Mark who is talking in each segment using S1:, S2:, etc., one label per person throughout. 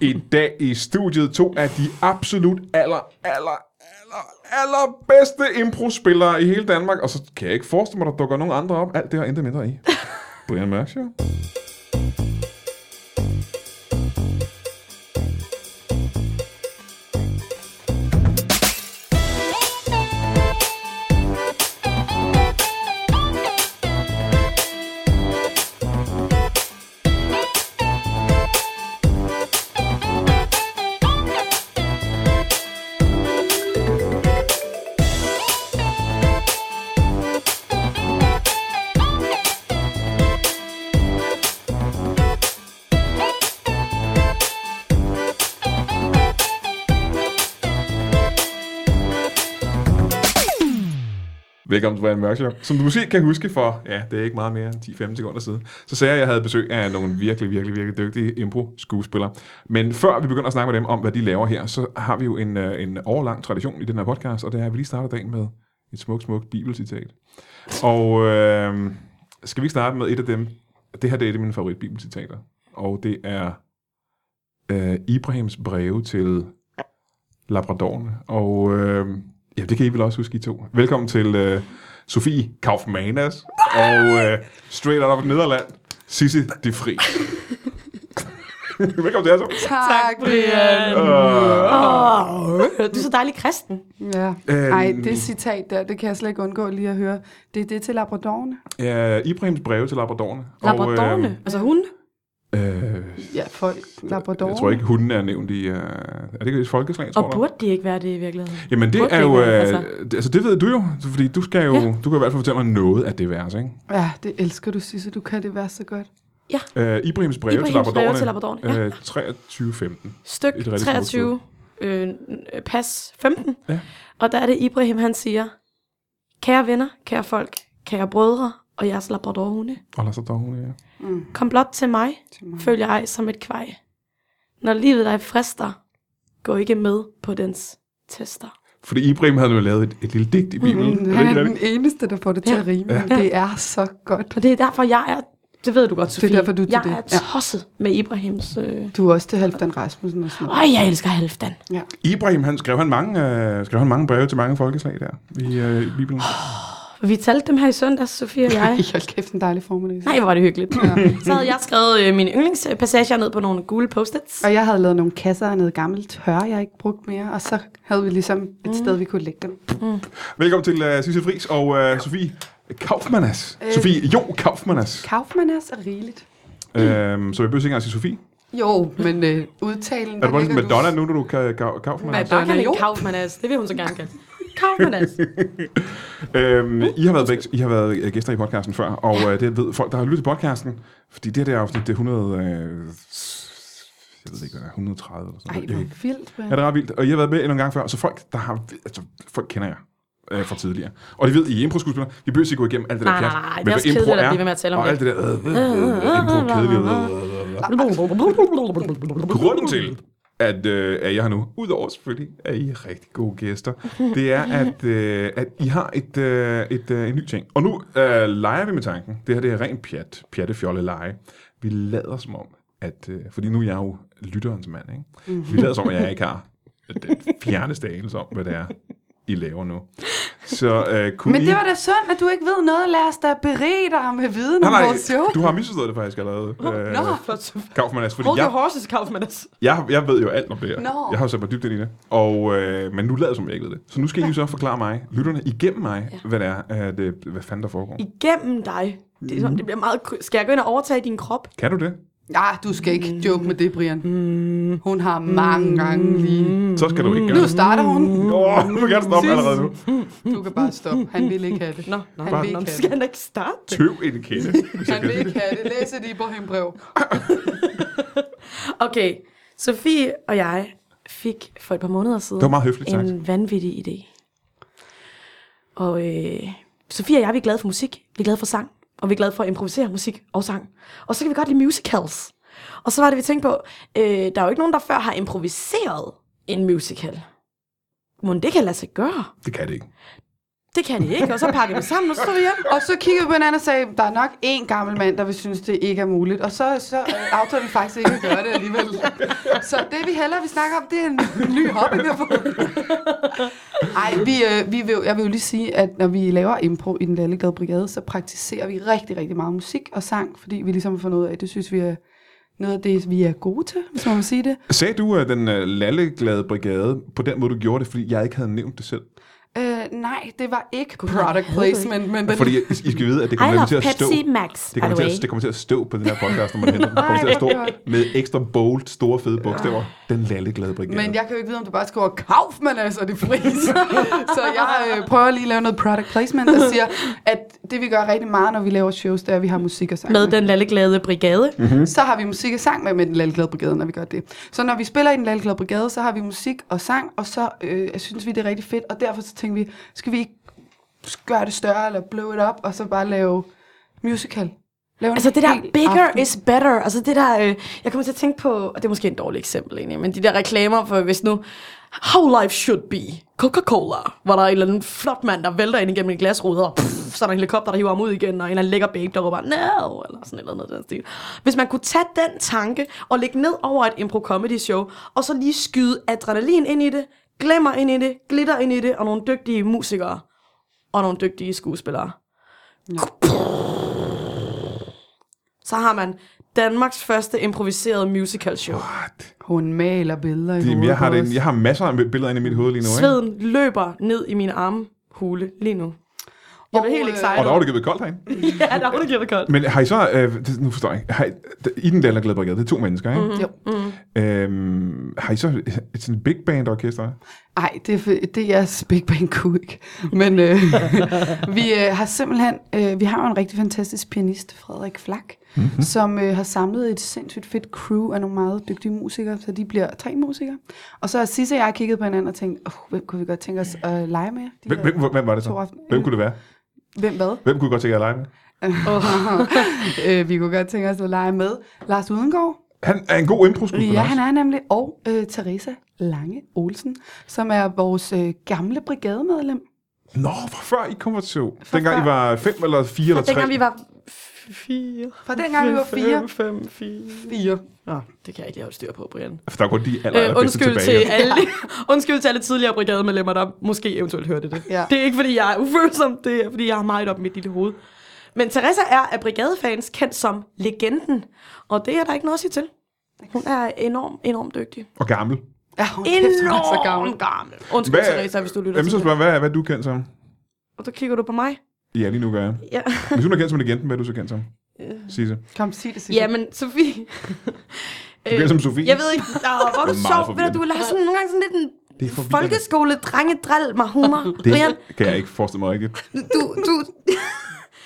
S1: I dag i studiet to af de absolut aller, aller, aller, aller bedste impro-spillere i hele Danmark. Og så kan jeg ikke forestille mig, at der dukker nogen andre op. Alt det har intet mindre i. Brian Mørk Show. Velkommen til Brian Mørk Show. Som du måske kan huske for, ja, det er ikke meget mere end 10-15 sekunder siden, så sagde jeg, at jeg havde besøg af nogle virkelig, virkelig, virkelig dygtige impro-skuespillere. Men før vi begynder at snakke med dem om, hvad de laver her, så har vi jo en, øh, en overlang tradition i den her podcast, og det er, at vi lige starter dagen med et smukt, smukt bibelcitat. Og øh, skal vi ikke starte med et af dem? Det her det er et af mine favoritbibelcitater, og det er øh, Ibrahims breve til Labradoren. Og øh, ja, det kan I vel også huske, I to. Velkommen til øh, Sofie Kaufmanas og øh, straight out of Nederland, Sisse de Fri. Velkommen til jer så.
S2: Tak, Brian.
S1: Øh.
S3: Åh, du er så dejlig kristen.
S2: Ja.
S1: Øhm.
S2: Ej, det citat der, det kan jeg slet ikke undgå lige at høre. Det er det til labradorerne.
S1: Ja, Ibrahims breve til Labradorne.
S3: Labradorne,
S1: Og,
S3: altså hun.
S1: øh, øh,
S2: Ja, folk. Labradorerne.
S1: jeg tror ikke, hunden er nævnt i... Øh, er det ikke et folkeslag, tror
S3: Og
S1: du?
S3: burde det ikke være det i virkeligheden?
S1: Jamen det
S3: Burde
S1: er
S3: det
S1: jo,
S3: ikke være,
S1: øh,
S3: altså?
S1: det- altså det ved du jo, fordi du skal jo, ja.
S3: Ja.
S1: du kan i hvert fald fortælle mig noget af det vers, ikke?
S2: Ja, det elsker du, Sisse. Du kan det være så godt.
S1: Øh, Ibrahims breve
S3: Ibrahims
S1: til
S3: breve
S1: Labradorne,
S3: til Labradorne, ja.
S1: øh, 23.15.
S3: Styk
S1: Et rigtig smukt
S3: 23, øh, n- pas 15.
S1: Ja.
S3: Og der er det Ibrahim, han siger, kære venner, kære folk, kære brødre og jeres labradorhunde,
S1: Og lad så dog hun, ja.
S2: Mm.
S3: kom blot til mig,
S2: Til mig.
S3: følg ej som et kvej. Når livet dig frister, gå ikke med på dens tester.
S1: Fordi Ibrahim havde jo lavet et, et lille digt i Bibelen.
S2: Mm,
S1: Mm,
S2: han er den eneste, der får det til
S3: Ja.
S2: at rime.
S1: Ja.
S2: Ja. Det er så godt.
S3: Og det er derfor, jeg er, det ved du godt,
S2: Det er
S3: Sofie,
S2: derfor, du er til
S3: jeg
S2: det.
S3: er
S2: Ja.
S3: tosset med Ibrahims... Øh...
S2: Du er også til Halvdan Rasmussen og sådan noget.
S3: Øj, jeg elsker Halvdan.
S2: Ja.
S1: Ibrahim, han skrev han, mange, øh, skrev han mange breve til mange folkeslag der i, øh, i Bibelen.
S3: Vi talte dem her i søndags, Sofie og jeg.
S2: Hold kæft, en dejlig formiddag. Sisse.
S3: Nej, hvor var det hyggeligt. Ja. Så havde jeg skrevet øh, mine yndlingspassager ned på nogle gule post-its.
S2: Og jeg havde lavet nogle kasser af noget gammelt tør, jeg ikke brugt mere. Og så havde vi ligesom et sted, vi kunne lægge dem.
S1: Velkommen til øh, Sissel Friis og øh, Sofie Kaufmannas. Øh.
S2: Øh.
S1: Sofie Jo Kaufmannas.
S2: Kaufmann er så rigeligt.
S1: Øhm, så jeg behøver ikke engang at sige Sofie.
S2: Jo, men øh, udtalen...
S1: Er du bare ligesom
S2: ligger
S1: Madonna nu, når du kan ka- Kaufmann?
S3: Hvad
S2: Altså,
S3: bakker
S2: jo.
S3: en kaufmannas? Det vil hun så gerne kalde. Kaufmannas.
S1: Øhm, I har været, væk, I har været øh, gæster i podcasten før, og øh, det ved folk, der har lyttet til podcasten, fordi det her det er afsnit det er 100... Øh, jeg ved ikke, hvad det er, 130 eller sådan
S2: Ej,
S1: noget. Jeg kan ikke-
S2: hvor vildt,
S1: Ja,
S2: Brian.
S1: det er ret vildt. Og I har været med nogle gange før, så folk, der har, altså, folk kender jer øh, fra tidligere. Og de ved, I er impro-skuespillere. Vi behøver ikke gå igennem alt det der
S3: Nej, nej,
S1: pjat.
S3: nej, det er
S1: Men
S3: også
S1: hvad impro
S3: kedeligt at blive ved med at tale om
S1: Og
S3: det.
S1: alt det der øh, øh, øh, impro kedeligt. øh, øh, øh. Grunden til, at, øh, at jeg har nu, udover selvfølgelig, at I er rigtig gode gæster, det er, at, øh, at I har et, øh, et, øh, en ny ting. Og nu øh, leger vi med tanken. Det her det er rent pjat, pjattefjolle lege. Vi lader som om, at, øh, fordi nu er jeg jo lytterens mand, ikke? vi lader som om, at jeg ikke har den fjerneste anelse om, hvad det er, I laver nu. Så øh, kunne
S2: Men
S1: I...
S2: det var da sundt, at du ikke ved noget. Lad os da berige dig med viden om
S1: Nej,
S2: vores show.
S1: nej, du har misforstået det faktisk allerede. Øh,
S3: Nå, flot. Sofie.
S1: Kaufmann, altså, fordi
S3: Hold your
S1: jeg,
S3: horses, Kaufmannas.
S1: jeg, jeg ved jo alt om det her.
S2: Nå.
S1: Jeg har jo sat mig dybt ind i det. Og, øh, men nu lader jeg som, jeg ikke ved det. Så nu skal I jo så forklare mig, lytterne, igennem mig, ja. hvad det er, at, øh, hvad fanden der foregår.
S3: Igennem dig. Det, er, som, det bliver meget... kry- Skal jeg gå ind og overtage din krop?
S1: Kan du det?
S2: Ja, du skal ikke joke med det, Brian.
S1: Mm.
S2: Hun har mange gange lige...
S1: Så skal du ikke gøre
S2: Mm. Nu
S1: det.
S2: starter hun.
S1: Åh, nu Mm. vil jeg gerne stoppe allerede nu.
S2: Du kan bare stoppe. Han vil ikke have det.
S3: Nå, nå,
S2: Han
S3: nå,
S2: vil
S3: nå,
S2: ikke
S3: skal
S2: have det.
S3: han da ikke starte? det?
S1: Tøv en kende, hvis jeg
S2: Han
S1: kan
S2: vil
S1: det.
S2: ikke have det. Læs et Ibrahim-brev.
S3: Okay, Sofie og jeg fik for et par måneder siden
S1: Det var meget høfligt, tak.
S3: en vanvittig idé. Og øh, Sofie og jeg, vi er glade for musik, vi er glade for sang, og vi er glade for at improvisere musik og sang. Og så kan vi godt lide musicals. Og så var det, vi tænkte på, øh, der er jo ikke nogen, der før har improviseret en musical. Må det kan lade sig gøre?
S1: Det kan det ikke.
S3: det kan de ikke. Og så pakkede vi sammen, og så tog vi hjem.
S2: Og så kiggede vi på hinanden og sagde, der er nok én gammel mand, der vil synes, det ikke er muligt. Og så, så øh, aftalte vi faktisk ikke at gøre det alligevel. Så det vi hellere vil snakke om, det er en ny hobby, vi har fået. Ej, vi, øh, vi vil, jeg vil jo lige sige, at når vi laver impro i den lalleglade brigade, så praktiserer vi rigtig, rigtig meget musik og sang, fordi vi ligesom har fundet ud af, at det synes vi er noget af det, vi er gode til, hvis man må sige det.
S1: Sagde du at den øh, lalleglade brigade på den måde, du gjorde det, fordi jeg ikke havde nævnt det selv?
S2: Øh, nej, det var ikke
S3: jeg
S2: product
S3: havde det
S2: placement, men den,
S1: Fordi I, I skal vide, at det
S3: I
S1: kommer
S3: love
S1: nemlig til at stå...
S3: Pepsi Max,
S1: Det
S3: by
S1: kommer,
S3: the
S1: til
S3: way.
S1: at, det kommer til at stå på den her podcast, når man henter den. Det kommer til at stå
S2: Nej, det var-
S1: med ekstra bold, store fede bogstaver. Den lalleglade brigade.
S2: Men jeg kan jo ikke vide, om du bare skriver Kaufmann, altså det fris. så jeg øh, prøver lige at lave noget product placement, der siger, at det vi gør rigtig meget, når vi laver shows, det er, at vi har musik og sang.
S3: Med den lalleglade brigade.
S2: Mm. Så har vi musik og sang med, med den lalleglade brigade, når vi gør det. Så når vi spiller i den lalleglade brigade, så har vi musik og sang, og så øh, synes vi, det er rigtig fedt. Og derfor så tænkte vi, skal vi ikke gøre det større, eller blow it up, og så bare lave musical. Lave en
S3: Altså det der
S2: hel
S3: bigger
S2: aften.
S3: is better, altså det der, øh, jeg kommer til at tænke på, og det er måske en dårlig eksempel egentlig, men de der reklamer for, hvis nu, how life should be, Coca-Cola, hvor der er en eller anden flot mand, der vælter ind igennem en glasrude, og pff, så er der en helikopter, der hiver ham ud igen, og en eller anden lækker babe, der råber, no, eller sådan et eller andet i den stil. Hvis man kunne tage den tanke og lægge ned over et impro-comedy-show, og så lige skyde adrenalin ind i det, glemmer ind i det, glitter ind i det, og nogle dygtige musikere, og nogle dygtige skuespillere. Så har man Danmarks første improviserede musical show.
S2: Hun maler billeder i
S1: Jamen,
S2: hovedet
S1: jeg, har
S2: på
S1: det,
S2: os.
S1: jeg har masser af billeder inde i mit hoved lige nu. Ikke?
S3: Sveden løber ned i min armhule lige nu. Jeg
S2: Og,
S3: bliver helt
S2: øh,
S3: excited.
S1: Og der var det givet koldt herinde.
S3: ja, der var det givet koldt.
S1: Men har I så... Øh, det, nu forstår jeg ikke. Har I, I den lalleglade brigade, det er to mennesker, ikke?
S2: Jo.
S3: Mhm.
S1: Mm. Øhm, har I så et sådan big band orkester?
S2: Ej, det, er for- det er jeres Big Bang kunne ikke. Men øh, vi øh, har simpelthen, øh, vi har jo en rigtig fantastisk pianist, Frederik Flak,
S1: Mhm.
S2: mm-hmm. som øh, har samlet et sindssygt fedt crew af nogle meget dygtige musikere, så de bliver tre musikere. Og så har Sisse og jeg kigget på hinanden og tænkt, oh, hvem kunne vi godt tænke os at lege med? De
S1: Hvem,
S2: her
S1: hvem, hvem var det så?
S2: to aften-
S1: Hvem kunne det være?
S2: hvem hvad?
S1: Hvem kunne I godt tænke jer at lege med?
S2: øh, vi kunne godt tænke os at lege med Lars Udengård,
S1: Han er en god impro
S2: Ja, han er nemlig. Og øh, Teresa Lange Olsen, som er vores øh, gamle brigademedlem.
S1: Nå, fra før I kom til show.
S2: Fra
S1: Dengang I
S2: før.
S1: var fem eller fire eller tre.
S3: Dengang vi var f- fire.
S2: Fra dengang vi var fire.
S3: Fem, fem, fire.
S2: Fire.
S3: Nå, det kan jeg ikke lige holde styr på, Brian.
S1: For der er kun de aller,
S3: Øh,
S1: aller
S3: undskyld,
S1: tilbage.
S3: til alle, undskyld til alle tidligere brigademedlemmer, der måske eventuelt hørte det.
S2: Ja.
S3: Det er ikke, fordi jeg er ufølsom, det er, fordi jeg har meget op i mit lille hoved. Men Teresa er af brigadefans kendt som legenden, og det er der ikke noget at sige til. Hun er enormt, enormt dygtig.
S1: Og gammel.
S2: Ja, hun kæft, hun er så gammel.
S3: Enormt gammel. Undskyld,
S1: Hvad-
S3: Teresa, hvis du lytter
S1: Jamen, så
S3: til det.
S1: spørger jeg, hvad, hvad er du kendt som?
S3: Og så kigger du på mig.
S1: Ja, lige nu gør jeg.
S3: Ja.
S1: Hvis hun er kendt som legenden, hvad er du så kendt som?
S3: Øh.
S1: Sisse. Du
S2: Kom, sig det, sig det.
S3: Jamen, Sofie.
S1: er kendt som Sofie.
S3: Øh, Jeg ved ikke, åh, hvor er du
S1: Meget
S3: sjov. Ved
S1: forvirrende.
S3: du, du har sådan nogle gange sådan lidt en
S1: Det er forvirrende.
S3: folkeskole-drenge-dril mig humor. Brian,
S1: Det kan jeg ikke forestille mig rigtigt.
S3: du, du...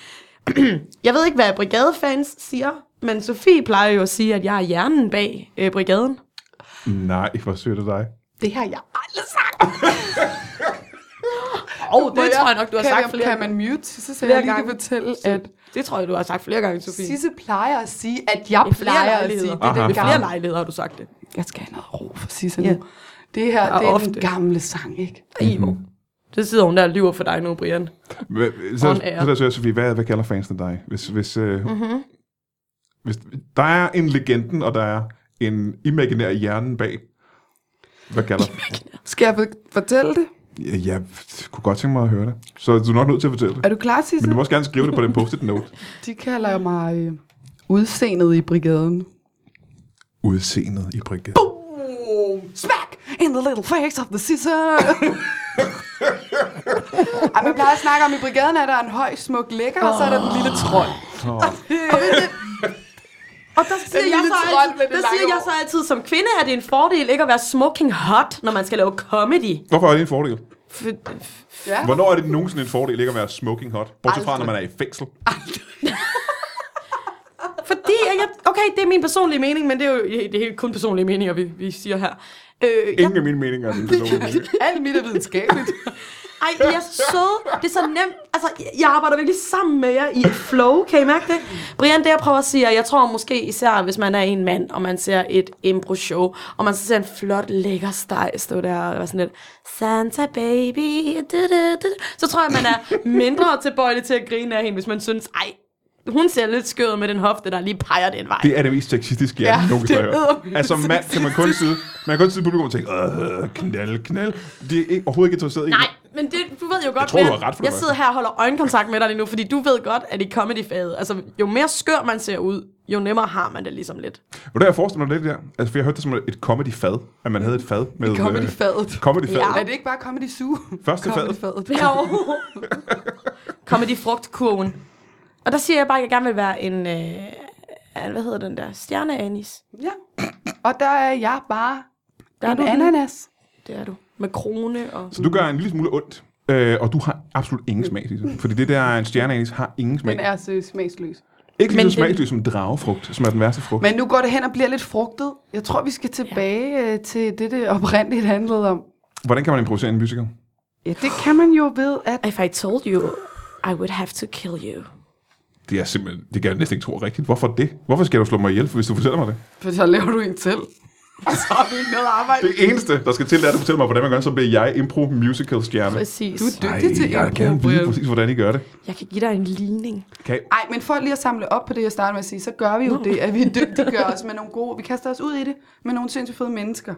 S3: jeg ved ikke, hvad brigadefans siger, men Sofie plejer jo at sige, at jeg er hjernen bag øh, brigaden.
S1: Nej, hvor sødt af dig.
S2: Det har jeg aldrig sagt.
S3: Og oh, det tror jeg nok, du har
S2: kan
S3: sagt
S2: jeg,
S3: flere
S2: Kan
S3: gange.
S2: man mute, så jeg
S3: Flere
S2: lige kan
S3: gange.
S2: fortælle, at
S3: Det tror jeg, du har sagt flere gange, Sofie.
S2: Sisse plejer at sige, at jeg
S3: I flere
S2: plejer at sige.
S3: lejligheder.
S2: Det er
S1: Aha.
S2: den
S1: I
S3: Flere
S2: gamle.
S3: lejligheder har du sagt det.
S2: Jeg skal have noget ro for Sisse
S3: Ja.
S2: nu. Det her,
S3: Og
S2: det er
S3: ofte.
S2: den gamle sang, ikke?
S3: Ivo. Så sidder hun der og lyver for dig nu, Brian.
S1: Hvad- Så,
S3: On
S1: så,
S3: air.
S1: så, så, Sofie, hvad, hvad kalder fansene dig? Hvis, hvis, øh, mm-hmm. hvis, der er en legenden, og der er en imaginær hjernen bag. Hvad kalder
S2: Skal jeg for- fortælle det?
S1: ja, Jeg kunne godt tænke mig at høre det. Så du er nok nødt til at fortælle det.
S2: Er du klar, Sisse?
S1: Men du må også gerne skrive det på den post-it note.
S2: De kalder mig øh, udseendet i brigaden.
S1: Udseendet i brigaden.
S2: Smack in the little face of the scissor. Ej, man plejer at snakke om, i brigaden er der en høj, smuk lækker, og så er der den lille trold.
S3: Og der siger,
S2: Den
S3: jeg
S2: lille
S3: så,
S2: trold med det
S3: altid, der
S2: lange
S3: siger jeg
S2: hår.
S3: så altid som kvinde, at det er en fordel ikke at være smoking hot, når man skal lave comedy.
S1: Hvorfor er det en fordel?
S3: F-
S2: Ja.
S1: Hvornår er det nogensinde en fordel ikke at være smoking hot? Bortset fra, når
S2: Aldrig.
S1: man er i fængsel.
S3: f- Fordi, at jeg, okay, det er min personlige mening, men det er jo det er helt kun personlige meninger, vi, vi siger her. Øh, jeg,
S1: Ingen af mine meninger er min personlige mening.
S2: Alt mit er videnskabeligt.
S3: ej, I er så søde. Det er så nemt. Altså, jeg arbejder virkelig sammen med jer i et flow. Kan I mærke det? Brian, det jeg prøver at sige, og jeg tror måske især, hvis man er en mand, og man ser et impro-show, og man så ser en flot, lækker steg stå der og være sådan lidt, Santa baby, du, du, du. så tror jeg, man er mindre tilbøjelig til at grine af hende, hvis man synes, ej, hun ser lidt skød med den hofte, der lige peger den vej.
S1: Det er det mest sexistiske, jeg
S2: Ja,
S1: ja, nogen
S2: det
S1: kan høre.
S2: er
S1: Altså mand kan man kun sidde, man kan kun sidde i publikum og tænke, øh, knald, knald. De er ikke, overhovedet ikke interesseret i
S3: Nej, men det, du ved jo godt,
S1: tror, du
S3: Brian,
S1: har ret for det
S3: jeg sidder her og holder øjenkontakt med dig lige nu, fordi du ved godt, at i comedyfaget, altså jo mere skør man ser ud, jo nemmere har man det ligesom lidt.
S1: Ved du, jeg forestiller mig lidt der? Altså, for jeg hørte det som et comedy-fad, at man havde et fad med...
S2: Comedy-fadet.
S1: Øh, comedy-fad.
S3: Ja.
S1: Ja.
S2: Er det ikke bare comedy zoo?
S1: Første fadet.
S2: Comedy-fadet.
S3: Kommer de frugtkurven. Og der siger jeg bare, at jeg gerne vil være en, øh, hvad hedder den der, stjerneanis.
S2: Ja. Og der er jeg bare
S3: Der er
S2: en
S3: du.
S2: ananas.
S3: Det er du. Med krone og...
S1: Så du gør en lille smule ondt, øh, og du har absolut ingen smag, Sisse. Fordi det der en stjerneanis har ingen smag.
S2: Den er så smagsløs.
S1: Ikke
S3: Men
S1: lige
S3: den-
S1: så smagløs som dragefrugt, som er den værste frugt.
S2: Men nu går det hen og bliver lidt frugtet. Jeg tror, vi skal tilbage ja. til det, det oprindeligt handlede om.
S1: Hvordan kan man improvisere en musical?
S2: Ja, det kan man jo ved, at...
S3: If I told you, I would have to kill you.
S1: Det er simpelthen, det kan jeg næsten ikke tro er rigtigt. Hvorfor det? Hvorfor skal du slå mig ihjel, hvis du fortæller mig det?
S2: For så laver du en til. Så har vi ikke noget arbejde.
S1: Det eneste, der skal til, det er, at du fortæller mig, hvordan man gør, så bliver jeg impro musical stjerne.
S3: Præcis.
S2: Du er dygtig til
S1: jeg vil gerne
S2: impro,
S1: vide
S2: Brian.
S1: præcis, hvordan I gør det.
S3: Jeg kan give dig en ligning.
S1: Kan I?
S2: Ej, men for lige at samle op på det, jeg startede med at sige, så gør vi jo det, at vi dygtiggør os med nogle gode, vi kaster os ud i det med nogle sindssygt fede mennesker.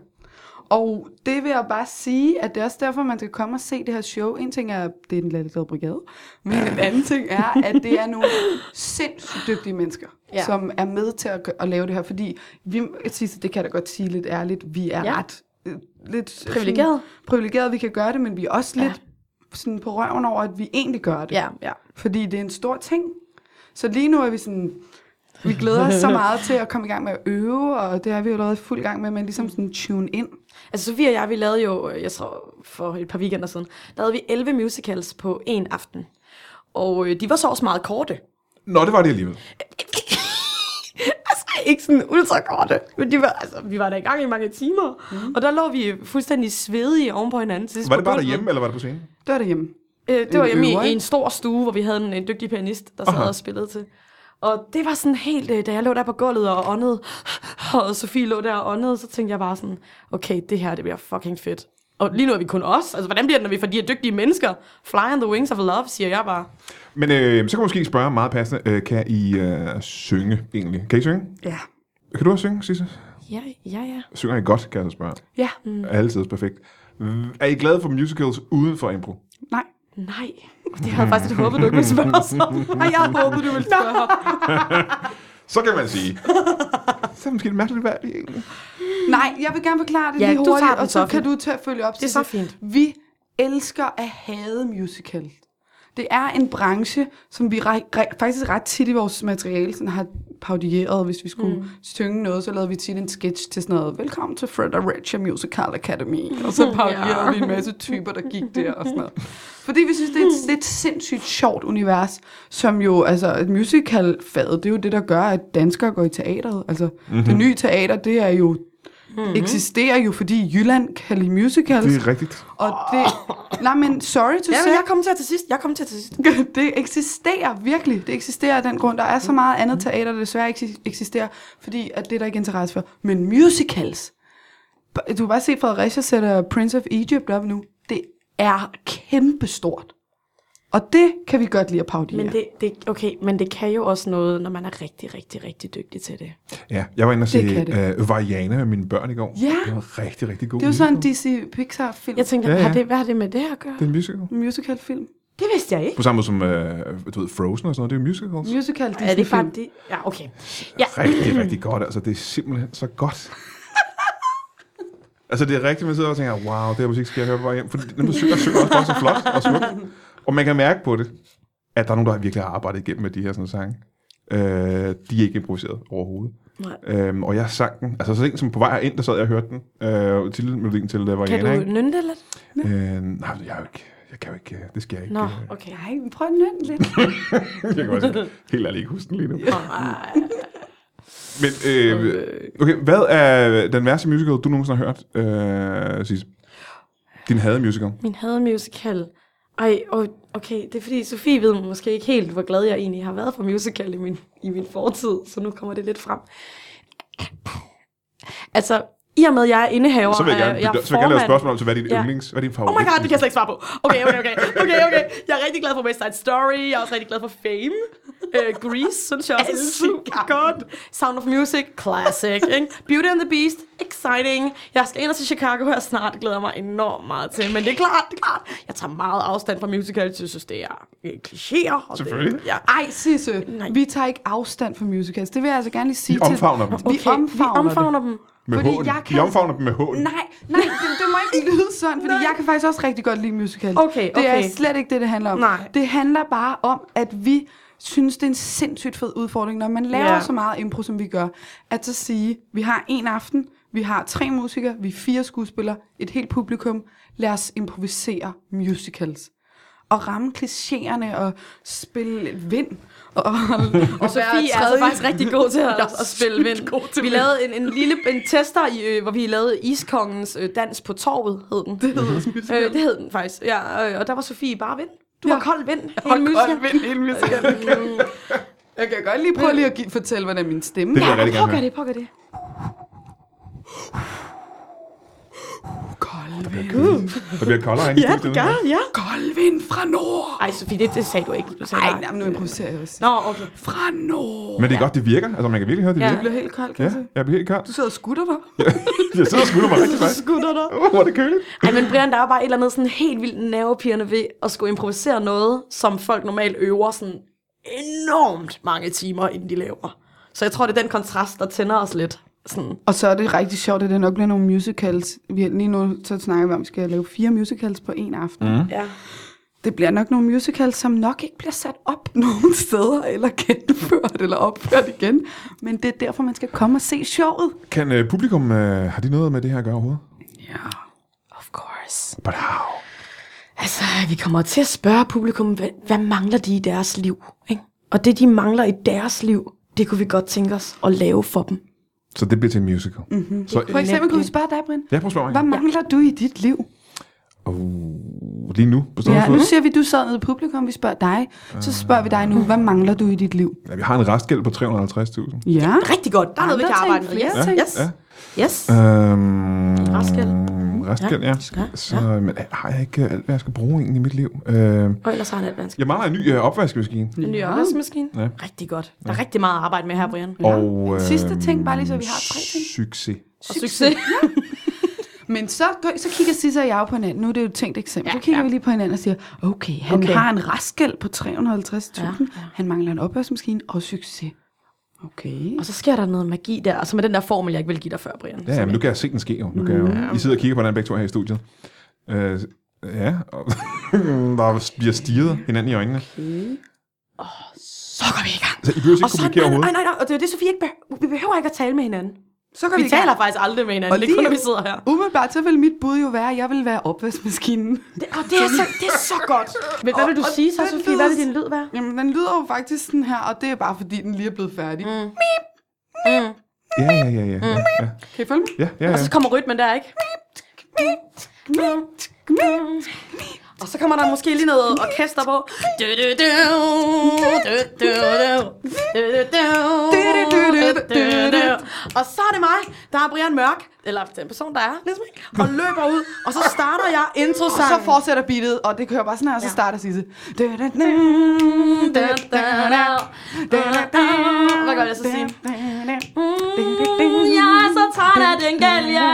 S2: Og det vil jeg bare sige, at det er også derfor, man skal komme og se det her show. En ting er, det er den latterlige brigade, men en anden ting er, at det er nogle sindssygt dygtige mennesker,
S3: Ja.
S2: ja. som er med til at, gø- at lave det her. Fordi vi, sidste, det kan jeg da godt sige lidt ærligt, vi er
S3: Ja.
S2: ja. ret øh, lidt
S3: Privilegeret.
S2: Sådan, privilegeret, vi kan gøre det, men vi er også
S3: Ja.
S2: ja. lidt sådan på røven over, at vi egentlig gør det.
S3: Ja, ja.
S2: Fordi det er en stor ting. Så lige nu er vi sådan... Vi glæder os så meget til at komme i gang med at øve, og det er vi jo allerede i fuld gang med, men ligesom sådan tune ind.
S3: Altså Sofie og jeg, vi lavede jo, øh, jeg tror for et par weekender siden, der havde vi 11 musicals på en aften. Og øh, de var så også meget korte.
S1: Nå, det var det alligevel.
S3: altså ikke sådan ultra korte, men de var, altså, vi var der i gang i mange timer. Mm. Og der lå vi fuldstændig svedige oven på hinanden. Til sidst
S1: Mhm. Var
S3: på
S1: det bare
S3: gulvet.
S1: derhjemme, eller var det på scenen?
S2: Det var derhjemme.
S3: Øh, det var
S2: En
S3: hjemme i,
S2: øver,
S3: i
S2: ikke?
S3: en stor stue, hvor vi havde en, en dygtig pianist, der sad
S1: Aha.
S3: og spillede til. Og det var sådan helt, øh, da jeg lå der på gulvet og åndede, og Sofie lå der og åndede, så tænkte jeg bare sådan, okay, det her, det bliver fucking fedt. Og lige nu er vi kun os. Altså, hvordan bliver det, når vi får de her dygtige mennesker? Fly on the wings of love, siger jeg bare.
S1: Men øh, så kan man måske spørge meget passende, øh, kan I øh, synge egentlig? Kan I synge?
S2: Ja.
S1: Kan du også synge, Sisse?
S3: Ja, ja, ja.
S1: Synger I godt, kan jeg så spørge.
S2: Ja.
S1: Mm. Altid perfekt. Er I glade for musicals uden for impro?
S2: Nej.
S3: Nej. Det har jeg faktisk lidt håbet, du ikke ville spørge os om. Og jeg håbede, du ville spørge om.
S1: Så kan man sige. så er det måske lidt mærkeligt værd egentlig.
S2: Nej, jeg vil gerne forklare det
S3: Ja,
S2: lige
S3: du
S2: hurtigt,
S3: tager den,
S2: og så
S3: Sofie.
S2: kan du til at følge op.
S3: Det er så fint.
S2: Vi elsker at hade musical. Det er en branche, som vi re- re- faktisk ret tit i vores materiale sådan har parodieret. Hvis vi skulle mm. synge noget, så lavede vi tit en sketch til sådan noget. Velkommen til Fredericia Musical Academy. Og så parodierede vi en masse typer, der gik der og sådan noget. Fordi vi synes, det er et, det er et sindssygt sjovt univers, som jo, altså et musical-fag, det er jo det, der gør, at danskere går i teateret. Altså, mm-hmm. det nye teater, det er jo mm-hmm. eksisterer jo, fordi Jylland kan lide musicals.
S1: Det
S2: Det...
S1: er rigtigt.
S2: Og det... Nej, men sorry to
S3: Ja,
S2: say,
S3: men jeg kom til til sidst. Jeg kom til til sidst.
S2: det eksisterer virkelig. Det eksisterer af den grund. Der er så meget andet teater, der desværre ikke eksisterer, fordi at det er der ikke interesse for. Men musicals. Du kan bare se, Fredericia sætter Prince of Egypt op nu. Det er kæmpestort. Og det kan vi godt lide at parodiere.
S3: Men det, det, okay, men det kan jo også noget, når man er rigtig, rigtig, rigtig dygtig til det.
S1: Ja, jeg var inde og se
S2: kan
S1: øh, Variana med mine børn i går.
S2: Ja.
S1: Det var rigtig, rigtig god.
S2: det er jo sådan en
S1: musical.
S2: DC Pixar-film.
S3: Jeg tænker,
S1: Ja,
S3: ja,
S1: ja.
S3: ja. Har det, hvad har det med det at gøre?
S1: Det er en musical.
S2: Musical-film.
S3: Det vidste jeg ikke.
S1: På samme måde som, øh, du ved, Frozen og sådan noget, det er jo musicals.
S2: Musical
S3: Er det ikke
S2: Disney-film.
S3: bare det? Ja, okay. Ja.
S1: rigtig, rigtig godt. Altså, det er simpelthen så godt. altså, det er rigtigt, man sidder og tænker, wow, det her musik skal jeg høre på vej hjem. For den musik, der synger også bare så flot og smukt. Og man kan mærke på det, at der er nogen, der virkelig har arbejdet igennem med de her sådan sange. Øh, de er ikke improviseret overhovedet.
S3: Nej.
S1: Øhm, og jeg sang den, altså så sent som på vej ind, der sad jeg og hørte den, øh, til melodien til uh,
S3: Kan
S1: Variana,
S3: du
S1: ikke?
S3: nynde det lidt?
S1: Øh, nej, jeg, er jo ikke, jeg kan jo ikke, øh, det skal jeg ikke.
S3: Nå,
S1: øh,
S3: okay.
S2: Nej, men prøv at nynde lidt.
S1: jeg kan også helt ærligt ikke huske den lige nu.
S3: Ej,
S1: Men, øh, okay, hvad er den værste musical, du nogensinde har hørt, øh, Sisse? Din hade musical.
S3: Min had musical. Ej, og- okay, det er fordi, Sofie ved måske ikke helt, hvor glad jeg egentlig har været for musical i min, i min fortid, så nu kommer det lidt frem. Altså, i og med, at jeg er indehaver,
S1: Så vil jeg
S3: af-
S1: gerne, bytte-
S3: er
S1: så vil jeg gerne lave et
S3: formand-
S1: spørgsmål om, så hvad er din
S3: Ja.
S1: yndlings, hvad er din
S3: Oh
S1: favorit?
S3: my god, det kan jeg slet ikke svare på. Okay, okay, okay. Okay, okay. Jeg er rigtig glad for West Side Story. Jeg er også rigtig glad for Fame. Uh, Grease, synes jeg også er super godt. Sound of Music, classic. Ikke? Beauty and the Beast, exciting. Jeg skal ind og til Chicago her snart, glæder mig enormt meget til. Men det er klart, det er klart. Jeg tager meget afstand fra musicals. Jeg synes, det er øh, klichéer. og det-
S1: Selvfølgelig.
S3: Ja.
S2: Ej, Sisse,
S3: Nej.
S2: vi tager ikke afstand fra musicals. Det vil jeg altså gerne lige sige
S1: I omfavner dem.
S2: til... Vi omfavner,
S3: vi omfavner dem.
S1: Med
S2: fordi
S1: hånden.
S2: jeg
S1: I
S2: kan-
S1: omfavner dem med hånden.
S2: Nej, nej, det, det må ikke lyde sådan, fordi
S3: Nej.
S2: jeg kan faktisk også rigtig godt lide musicals.
S3: Okay,
S2: Det
S3: okay.
S2: er slet ikke det, det handler om.
S3: Nej.
S2: Det handler bare om, at vi synes, det er en sindssygt fed udfordring, når man laver
S3: Ja.
S2: yeah. så meget impro, som vi gør, at så sige, vi har en aften, vi har tre musikere, vi er fire skuespillere, et helt publikum, lad os improvisere musicals. Og ramme klichéerne og spille vind. Og, og,
S3: Og Sofie er altså faktisk rigtig god til at, at spille vind. Vi
S2: vind.
S3: lavede en, en lille en tester, i, øh, hvor vi lavede Iskongens øh, Dans på Torvet, hed den. Det hed, øh, det hed den faktisk, ja. Øh, og der var Sofie bare vind. Du var
S2: Ja.
S3: kold vind. Jeg
S2: Og kold vind hele musical. Jeg kan godt lige prøve lige at give, fortælle, hvordan min stemme
S1: Det vil
S2: er.
S1: jeg rigtig
S3: Prøv
S1: gerne
S3: at gøre
S1: høre.
S3: det, prøv at gøre det.
S2: Kold vind.
S1: Der bliver koldere ind i studiet.
S3: ja.
S2: Kold vind fra nord.
S3: Ej, Sofie, det, det sagde du ikke. Du sagde
S2: Nej, nej, men nu improviserer jeg også.
S3: Nå, okay.
S2: Fra nord.
S1: Men det er godt, det virker. Altså, man kan virkelig høre, det
S3: Ja.
S2: Jeg
S1: virker.
S2: bliver helt kold, kan
S1: Ja,
S2: ja. du
S1: jeg bliver helt kold.
S2: sidder og skutter dig.
S1: Jeg sidder og skulder mig rigtig meget.
S3: Skutter dig.
S1: Åh, hvor er det køligt.
S3: Ej, men Brian, der er bare et eller andet sådan helt vildt nervepirrende ved at skulle improvisere noget, som folk normalt øver sådan enormt mange timer, inden de laver. Så jeg tror, det er den kontrast, der tænder os lidt. Sådan.
S2: Og så er det rigtig sjovt, at det nok bliver nogle musicals. Vi har lige nu så snakker vi om, at vi skal lave fire musicals på en aften. Mm.
S3: Ja.
S2: Det bliver nok nogle musicals, som nok ikke bliver sat op nogen steder, eller genført, eller opført igen. Men det er derfor, man skal komme og se showet.
S1: Kan øh, publikum, øh, har de noget med det her at gøre overhovedet?
S2: Ja,
S3: Of course.
S1: But how?
S3: Altså, vi kommer til at spørge publikum, hvad, hvad mangler de i deres liv? Ikke? Og det, de mangler i deres liv, det kunne vi godt tænke os at lave for dem.
S1: Så det bliver til en musical.
S3: Mhm.
S1: Mm-hmm. Så,
S2: For eksempel kunne vi spørge dig, Brind.
S1: jeg prøver at spørge
S2: Hvad
S1: mig.
S2: mangler du i dit liv?
S1: Uh, lige nu, på stående
S2: Ja, nu siger vi, du sad nede i publikum, vi spørger dig. Så spørger vi dig nu, hvad mangler du i dit liv?
S1: Ja, vi har en restgæld på 350.000.
S2: Ja.
S3: Rigtig godt. Der er noget, vi kan
S2: Andre ting,
S3: arbejde med.
S2: flere
S3: Yes.
S2: ting.
S3: Yes.
S1: Ja. Øh.
S3: yes.
S1: Øhm,
S3: Restgæld.
S1: Restgæld, ja.
S3: Ja,
S1: ja.
S3: ja,
S1: Så, men øh, har jeg ikke øh, alt, hvad jeg skal bruge egentlig i mit liv? Øh,
S3: Og ellers har han alt vanskeligt.
S1: jeg mangler en ny øh, opvaskemaskine.
S3: Den nye opvaskemaskine.
S1: Ja.
S3: Rigtig godt. Der er rigtig meget at arbejde med her, Brian.
S2: Ja.
S1: Og, øh,
S2: En sidste ting, bare lige så vi har tre ting.
S1: Succes.
S3: Og succes.
S2: Men så, går- så kigger Sisse og jeg jo på hinanden. Nu er det jo et tænkt eksempel.
S3: Ja,
S2: så kigger
S3: ja.
S2: vi lige på hinanden og siger, okay, han
S3: Okay.
S2: okay. har en restgæld på 350.000. Ja,
S3: Ja,
S2: ja. Han mangler en opvaskemaskine og succes. Okay.
S3: Og så sker der noget magi der, og så med den der formel, jeg ikke ville give dig før, Brian.
S1: Ja, ja, men nu kan jeg se den ske jo. Nu kan jeg
S3: Mm.
S1: jo. I sidder og kigger på den begge to her i studiet. Øh, ja, og der bliver stirret hinanden i øjnene.
S3: Så går vi i gang.
S1: Altså, I behøver ikke
S3: Og så,
S1: kommunikere
S3: nej, nej,
S1: overhovedet.
S3: nej, nej, og det er jo det, Sofie ikke behøver. Vi behøver ikke at tale med hinanden.
S2: Så går
S3: Vi,
S2: i gang.
S3: taler faktisk aldrig med hinanden,
S2: Og
S3: og det er kun,
S2: lige-
S3: når vi sidder her.
S2: Umiddelbart, så vil mit bud jo være, at jeg vil være opvaskemaskinen.
S3: Det, og det er, så, det er så godt. Men hvad vil du
S2: Og- og
S3: sige så,
S2: den
S3: Sofie?
S2: lyd-
S3: Hvad vil din lyd være?
S2: Jamen, den lyder jo faktisk sådan her, og det er bare fordi, den lige er blevet færdig. Mm.
S3: Mm.
S1: Ja, ja, ja, ja. ja, ja.
S2: Kan I følge mig?
S1: Ja, ja,
S3: Og
S1: ja.
S3: så kommer rytmen der, ikke? Og så kommer der måske lige noget orkester på. Og så er det mig, der er Brian Mørk, eller den person, der er, ligesom, ikke? og løber ud, og så starter jeg
S2: Og så
S3: intro-sangen.
S2: fortsætter beatet, og det kører bare sådan her, og så
S3: Ja.
S2: starter Sisse.
S3: Mm, Hvad gør jeg så sige? Mm, Jeg er så træt af den gæld, ja.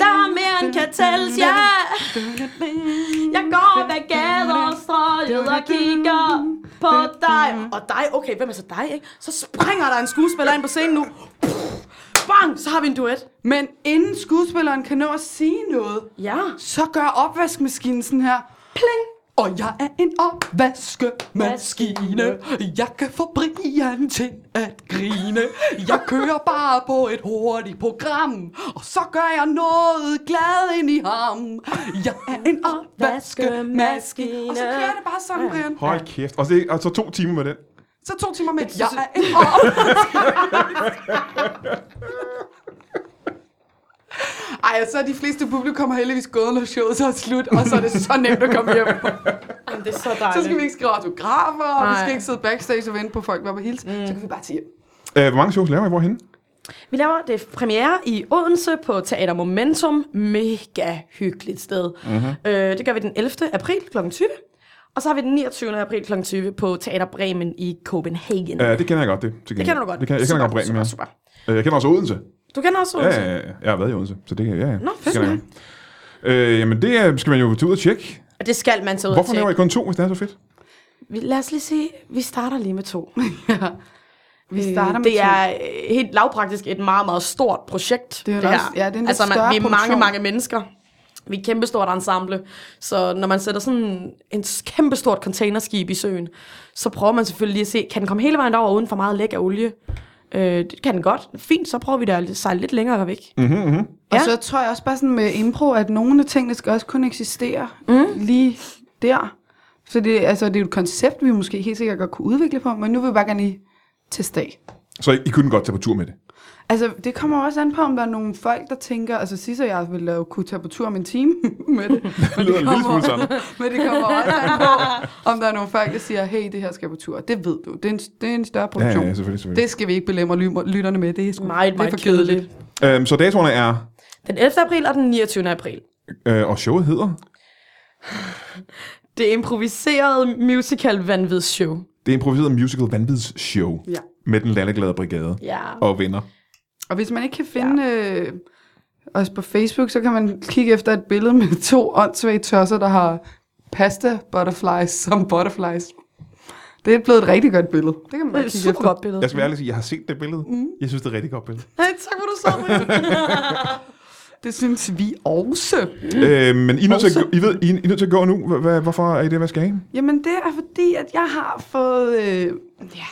S3: Der er mere end kan tælles, ja. Jeg går bag gader og strøget og kigger på dig. Og dig, okay, hvem er så dig, ikke? Så springer der en skuespiller ind på scenen nu. Bang, så har vi en duet.
S2: Men inden skuespilleren kan nå at sige noget,
S3: Ja.
S2: så gør opvaskemaskinen sådan her. Pling! Og jeg er en opvaskemaskine. Jeg kan få Brian til at grine. Jeg kører bare på et hurtigt program. Og så gør jeg noget glad ind i ham. Jeg er en opvaskemaskine. Og så kører det bare sådan, Brian.
S1: Hold kæft. Og, det, og så to timer med den.
S2: Så to timer med et ja.
S3: Jeg er
S2: Ej, og så er de fleste publikummer heldigvis gået, når showet så er slut, og så er det så nemt at komme hjem.
S3: Jamen, det er så
S2: Så
S3: dejligt.
S2: skal vi ikke skrive autografer, og vi skal
S3: Nej.
S2: ikke sidde backstage og vente på at folk, der var på hilse. Mm. Så kan vi bare tage hjem.
S1: Øh, hvor mange shows laver I hvorhenne?
S3: Vi laver det premiere i Odense på Teater Momentum. Mega hyggeligt sted.
S1: Mhm.
S3: Mm-hmm. Øh, det gør vi den 11. april kl. 20. Og så har vi den 29. april kl. 20 på Teater Bremen i Copenhagen.
S1: Øh, det kender jeg godt, det. Til
S3: det kender du godt.
S1: Det kan, jeg kender godt
S3: super,
S1: Bremen,
S3: super,
S1: ja.
S3: super.
S1: Øh, jeg kender også Odense.
S3: Du kender også
S1: Ja,
S3: Odense?
S1: ja, ja. Jeg har været i Odense, så det kan jeg. Ja, ja.
S3: Nå,
S1: Det kender jeg. Øh, jamen det øh, skal man jo tage ud og tjekke.
S3: Og det skal man så ud
S1: Hvorfor
S3: til.
S1: laver I kun to, hvis det er så fedt?
S3: Vi- Lad os lige se. Vi starter lige med to.
S2: Vi starter med
S3: det
S2: to.
S3: er øh, helt lavpraktisk et meget, meget stort projekt.
S2: Det er jo
S3: her.
S2: også- ja, det er en lidt
S3: altså,
S2: større
S3: man, vi er mange,
S2: produktion.
S3: mange mennesker. Vi er et kæmpestort ensemble. Så når man sætter sådan en s- kæmpestort containerskib i søen, så prøver man selvfølgelig lige at se, kan den komme hele vejen over uden for meget læk af olie? Øh, det kan den godt. Fint, så prøver vi da at sejle lidt længere væk. Mm.
S2: Og
S3: Ja.
S2: så tror jeg også bare sådan med impro, at nogle af tingene skal også kunne eksistere mm. lige der. Så det, altså, det er jo et koncept, vi måske helt sikkert godt kunne udvikle på, men nu vil vi bare gerne lige teste af.
S1: Så I, I kunne godt tage på tur med det.
S2: Altså, det kommer også an på, om der er nogle folk, der tænker... Altså, Sisse og jeg ville jo kunne tage på tur om en time med det.
S1: Det lyder en lille smule sådan.
S2: Men det kommer også an på, om der er nogle folk, der siger, hey, det her skal på tur. Det ved du. Det er en, det er en større
S1: Ja,
S2: produktion.
S1: ja, selvfølgelig, selvfølgelig.
S2: Det skal vi ikke belemre ly- lytterne med. Det er, sgu,
S3: Meget,
S2: det er
S3: meget
S2: for kedeligt.
S3: kedeligt.
S1: Øhm, så datorerne er,
S3: Den 11. april og den 29. april.
S1: øh, og showet hedder,
S3: Det improviserede musical vanvid show.
S1: det er improviseret musical vanvids show
S2: Ja.
S1: med den landeglade brigade
S3: Ja.
S1: og venner.
S2: Og hvis man ikke kan finde ja. øh, os på Facebook, så kan man kigge efter et billede med to åndssvage tosser, der har pasta butterflies som butterflies. Det er blevet et rigtig godt billede. Det kan man
S3: Det
S2: bare
S3: er et
S2: kigge
S3: super
S2: efter.
S3: godt billede.
S1: Jeg skal være ærlig og sige, jeg har set det billede. Mm. Jeg synes, det er et rigtig godt billede.
S3: Hey, tak for du så, Marie.
S2: Det synes vi også.
S1: Øh, men I er, nødt til at, gå- I, ved, I, I er nødt til at gå nu. Hva- hva- Hvorfor er I det? Hvad skal I?
S2: Jamen, det er fordi, at jeg har fået... Øh, ja.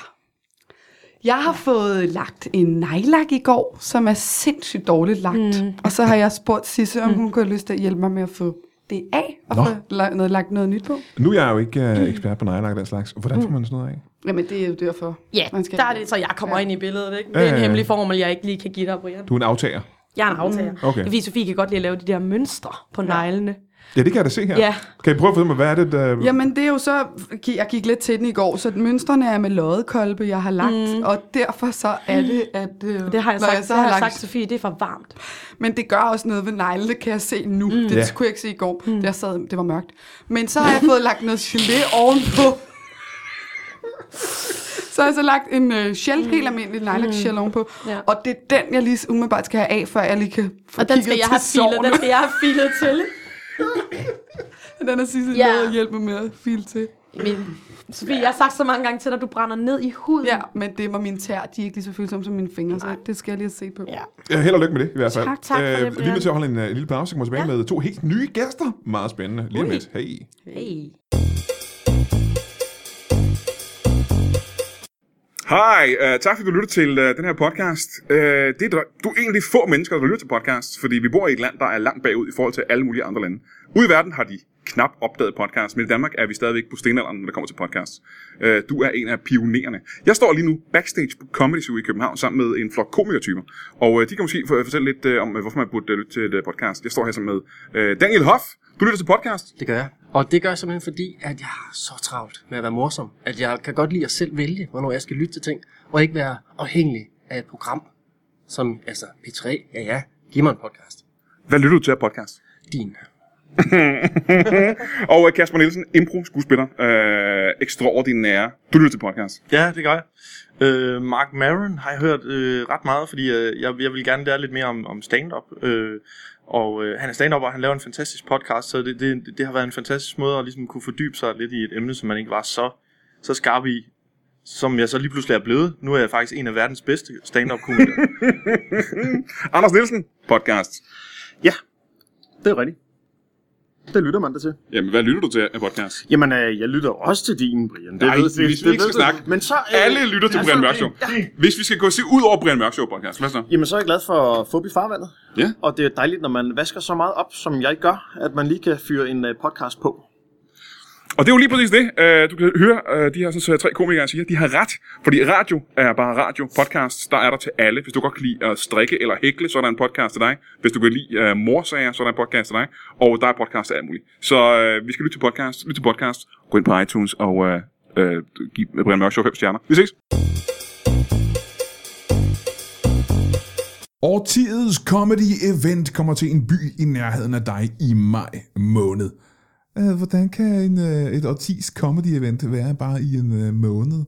S2: Jeg har fået lagt en nejlak i går, som er sindssygt dårligt lagt. Mm. Og så har jeg spurgt Sisse,
S3: Mm.
S2: om hun kunne have lyst til at hjælpe mig med at få det af, og
S1: Nå.
S2: få la- noget, lagt noget nyt på.
S1: Nu er jeg jo ikke øh, ekspert på nejlak og den slags. Hvordan får man sådan noget af?
S2: Jamen, det er jo derfor.
S3: Ja,
S2: Man skal-
S3: der er det, så jeg kommer
S2: Ja.
S3: ja. ind i billedet. Ikke?
S1: Ja,
S3: Det er
S1: ja,
S3: en
S1: ja.
S3: hemmelig formel, jeg ikke lige kan give dig, Brian.
S1: Du er en aftager.
S3: Jeg er en aftager. Mm.
S1: Okay.
S3: Okay. Fordi Sofie kan godt lide at lave de der mønstre på ja. neglene.
S1: Ja, det kan jeg da se her.
S3: Ja.
S1: Kan I prøve at finde ud af, hvad er det, der...
S2: Jamen, det er jo så... Jeg gik lidt til den i går, så mønstrene er med loddekolbe, jeg har lagt. Mm. Og derfor så er det, at... Øh,
S3: Mm. Det har jeg
S2: når
S3: sagt,
S2: Jeg så
S3: det har
S2: har
S3: jeg
S2: lagt,
S3: sagt til Sofie, det er for varmt.
S2: Men det gør også noget ved neglene, kan jeg se nu. Mm. Det
S1: Ja.
S2: yeah. kunne jeg ikke se i går. Mm. Der sad, det var mørkt. Men så har jeg fået lagt noget gelé ovenpå. så har jeg så lagt en øh, gel, mm. helt almindelig nejlak gel ovenpå.
S3: Ja.
S2: Og det er den, jeg lige umiddelbart skal have af, før jeg lige kan få
S3: Og den
S2: kigget
S3: skal, jeg
S2: til
S3: have filet,
S2: sårene.
S3: den skal jeg have filet til.
S2: Den er sidste
S3: Ja. Mm.
S2: yeah. at hjælpe mig med at file til.
S3: Men, Sofie, jeg har sagt så mange gange til dig, du brænder ned i huden.
S2: Ja, men det var mine tær, de er ikke lige så følsomme som mine fingre, så det skal jeg lige se på.
S3: ja.
S1: Ja, held og lykke med det, i hvert fald.
S3: Tak, tak for det,
S1: Vi er
S3: Brian.
S1: nødt til at holde en, uh, lille pause, så kommer vi tilbage ja.
S3: Ja.
S1: med to helt nye gæster. Meget spændende. Lige om
S3: Ui.
S1: lidt. Hey.
S3: Hey.
S1: Hej, uh, tak fordi du lyttede til uh, den her podcast. Uh, det er der, du er egentlig få mennesker, der lytter til podcast, fordi vi bor i et land, der er langt bagud i forhold til alle mulige andre lande. Ude i verden har de knap opdaget podcast, men i Danmark er vi stadigvæk på stenalderen, når det kommer til podcast. Uh, du er en af pionererne. Jeg står lige nu backstage på Comedy Zoo i København sammen med en flok komikertyper, og uh, de kan måske for- fortælle lidt uh, om, øh, hvorfor man burde uh, lytte til et uh, podcast. Jeg står her sammen med uh, Daniel Hoff. Du lytter til podcast.
S4: Det gør jeg. Og det gør jeg simpelthen fordi, at jeg har så travlt med at være morsom. At jeg kan godt lide at selv vælge, hvornår jeg skal lytte til ting. Og ikke være afhængig af et program. Som, altså, P3, ja ja, giv mig en podcast.
S1: Hvad lytter du til af podcast?
S4: Din.
S1: Og øh, Kasper Nielsen, impro-skuespiller, øh, ekstraordinære. Du lytter til podcast.
S5: Ja, det gør jeg. Øh, Mark Maron har jeg hørt øh, ret meget, fordi øh, jeg, jeg vil gerne lære lidt mere om, om stand-up. Øh, og øh, han er stand-up, og han laver en fantastisk podcast, så det, det, det har været en fantastisk måde at ligesom kunne fordybe sig lidt i et emne, som man ikke var så, så skarp i, som jeg så lige pludselig er blevet. Nu er jeg faktisk en af verdens bedste stand-up-komikere.
S1: Anders Nielsen, podcast.
S6: Det er rigtigt. Det lytter man da til.
S1: Jamen, hvad lytter du til af podcast?
S6: Jamen, øh, jeg lytter også til din, Brian. Det
S1: Nej, hvis vi
S6: det
S1: ikke skal
S6: ved du.
S1: snakke.
S6: Men så,
S5: Øh,
S6: øh,
S1: Alle lytter
S5: altså,
S1: til Brian Mørk Show. Hvis vi skal gå og se ud over Brian Mørk Show podcast, hvad så?
S6: Jamen, så er jeg glad for at fuppe i farvandet.
S1: Ja.
S6: Og det er dejligt, når man vasker så meget op, som jeg gør, at man lige kan fyre en øh, podcast på.
S7: Og det er jo lige præcis det, øh, du kan høre øh, de her sådan, så tre komikere siger. De har ret, fordi radio er bare radio. Podcast, der er der til alle. Hvis du godt kan lide at strikke eller hækle, så er der en podcast til dig. Hvis du kan lide øh, morsager, så er der en podcast til dig. Og der er podcast til alt muligt. Så øh, vi skal lytte til podcast. Lyt til podcast. Gå ind på iTunes og øh, øh, giv Brian Mørk Show 5 stjerner. Vi ses.
S1: Årtiets Comedy Event kommer til en by i nærheden af dig i maj måned. Øh, Hvordan kan en, øh, et årtis comedy event være bare i en øh, måned?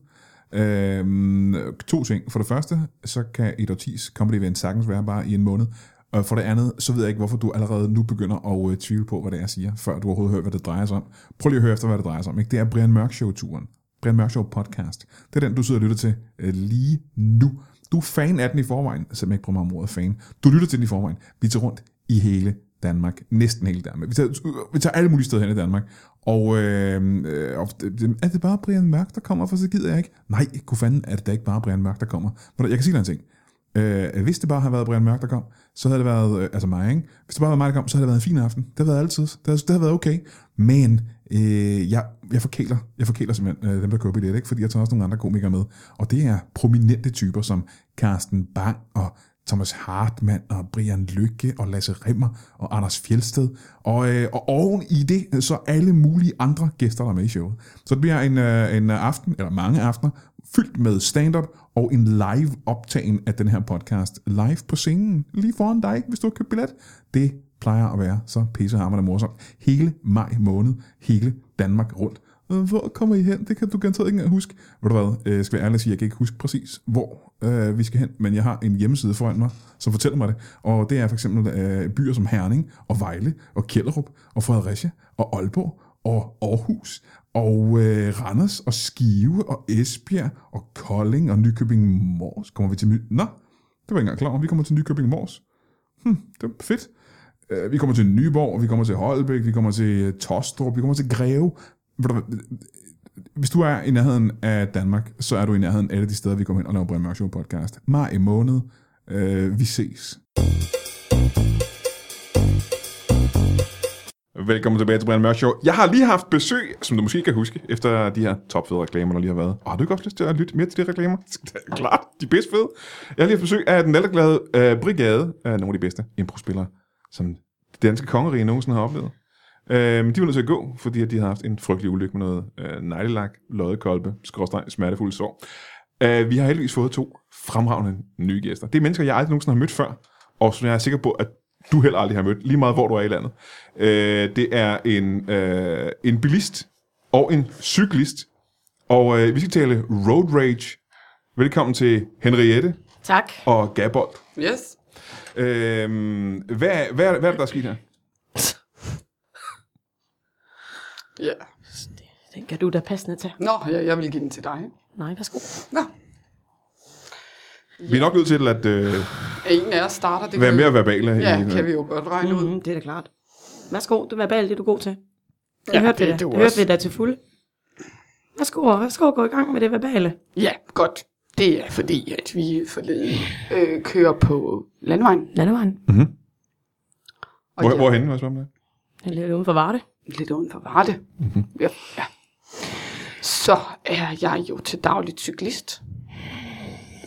S1: Øhm, to ting. For det første, så kan et årtis comedy event sagtens være bare i en måned. Og for det andet, så ved jeg ikke, hvorfor du allerede nu begynder at øh, tvivle på, hvad det er, jeg siger, før du overhovedet hører, hvad det drejer sig om. Prøv lige at høre efter, hvad det drejer sig om. Ikke? Det er Brian Mørk Show-turen. Brian Mørk Show podcast. Det er den, du sidder og lytter til øh, lige nu. Du er fan af den i forvejen, selvom jeg ikke bruger mig om ordet fan. Du lytter til den i forvejen. Vi tager rundt i hele Danmark. Næsten hele Danmark. Vi tager, øh, vi tager alle mulige steder hen i Danmark. Og, øh, øh, og det- er det bare Brian Mørk, der kommer, for så gider jeg ikke. Nej, kunne fanden er det da ikke bare Brian Mørk, der kommer. Ved du, Jeg kan sige dig en ting. Øh, hvis det bare havde været Brian Mørk, der kom, så havde det været, øh, altså mig, ikke? Hvis det bare havde været mig, der kom, så havde det været en fin aften. Det havde været altid. Det havde, det havde været okay. Men øh, jeg, jeg, forkæler, jeg forkæler simpelthen øh, dem, der køber billet, ikke? Fordi jeg tager også nogle andre komikere med. Og det er prominente typer som Carsten Bang og Thomas Hartmann og Brian Lykke og Lasse Rimmer og Anders Fjelsted. Og, øh, og oven i det, øh, så alle mulige andre gæster, der er med i showet. Så det bliver en, øh, en aften, eller mange aftener, fyldt med stand-up og en live optagen af den her podcast. Live på scenen, lige foran dig, hvis du har købt billet. Det plejer at være så pissehammerende morsomt. Hele maj måned, hele Danmark rundt. Øh, Hvor kommer I hen? Det kan du garanteret ikke engang huske. Ved du hvad, jeg skal være ærlig og sige, jeg kan ikke huske præcis, hvor øh, vi skal hen, men jeg har en hjemmeside foran mig, som fortæller mig det. Og det er for eksempel øh, byer som Herning, og Vejle, og Kjellerup, og Fredericia, og Aalborg, og Aarhus, og øh, Randers, og Skive, og Esbjerg, og Kolding, og Nykøbing Mors. Kommer vi til... My- Nå, det var jeg ikke engang klar over. Vi kommer til Nykøbing Mors. Hmm, det er fedt. Øh, Vi kommer til Nyborg, vi kommer til Holbæk, vi kommer til øh, Tostrup, vi kommer til Greve. Ved du hvad, Hvis du er i nærheden af Danmark, så er du i nærheden af alle de steder, vi kommer hen og laver Brian Mørk Show podcast. Maj i måned. Øh, vi ses.
S7: Velkommen tilbage til Brian Mørk Show. Jeg har lige haft besøg, som du måske kan huske, efter de her topfede reklamer, der lige har været. Og har du ikke også lyst til at lytte mere til de reklamer? Det er Klart, de er bedst fede. Jeg har lige haft besøg af den ældreglade øh, brigade, øh, nogle af de bedste improspillere, som det danske kongerige nogensinde har oplevet. Øh, men de var nødt til at gå, fordi at de havde haft en frygtelig ulykke med noget øh, neglelak, loddekolbe, skråstreg, smertefulde sår. Øh, vi har heldigvis fået to fremragende nye gæster. Det er mennesker, jeg aldrig nogensinde har mødt før, og som jeg er sikker på, at du heller aldrig har mødt, lige meget hvor du er i landet. Øh, det er en, øh, en bilist og en cyklist, og øh, vi skal tale road rage. Velkommen til Henriette
S3: Tak.
S7: og Gabold.
S2: Yes.
S7: Øh, hvad, hvad, hvad er det, der er sket her?
S2: Ja.
S3: Den kan du da passende tage.
S2: Nå, jeg, jeg vil give den til dig.
S3: Nej, værsgo.
S2: Nå,
S7: Vi er nok nødt til at øh,
S2: en af os starter. Det
S7: være
S2: kan-
S7: mere verbale. i-
S2: Ja, kan vi jo godt regne ud.
S3: Mm, det er da klart. Værsgo, det var bare det, du er god til. Det
S2: Ja,
S3: ja, hørte
S2: det
S3: vi
S2: er
S3: da.
S2: du
S3: Det
S2: også.
S3: hørte vi da til fuld. Værsgo, værsgo, gå i gang med det verbale.
S2: Ja, godt. Det er fordi, at vi forleden øh, kører på landvejen.
S3: Landevejen.
S2: Og
S7: Hvor,
S2: jeg-
S7: hvorhenne, hvad spørger man det?
S3: Den ligger uden for Varde.
S2: lidt uden for Varde. Mm-hmm. Ja, ja. Så er jeg jo til dagligt cyklist.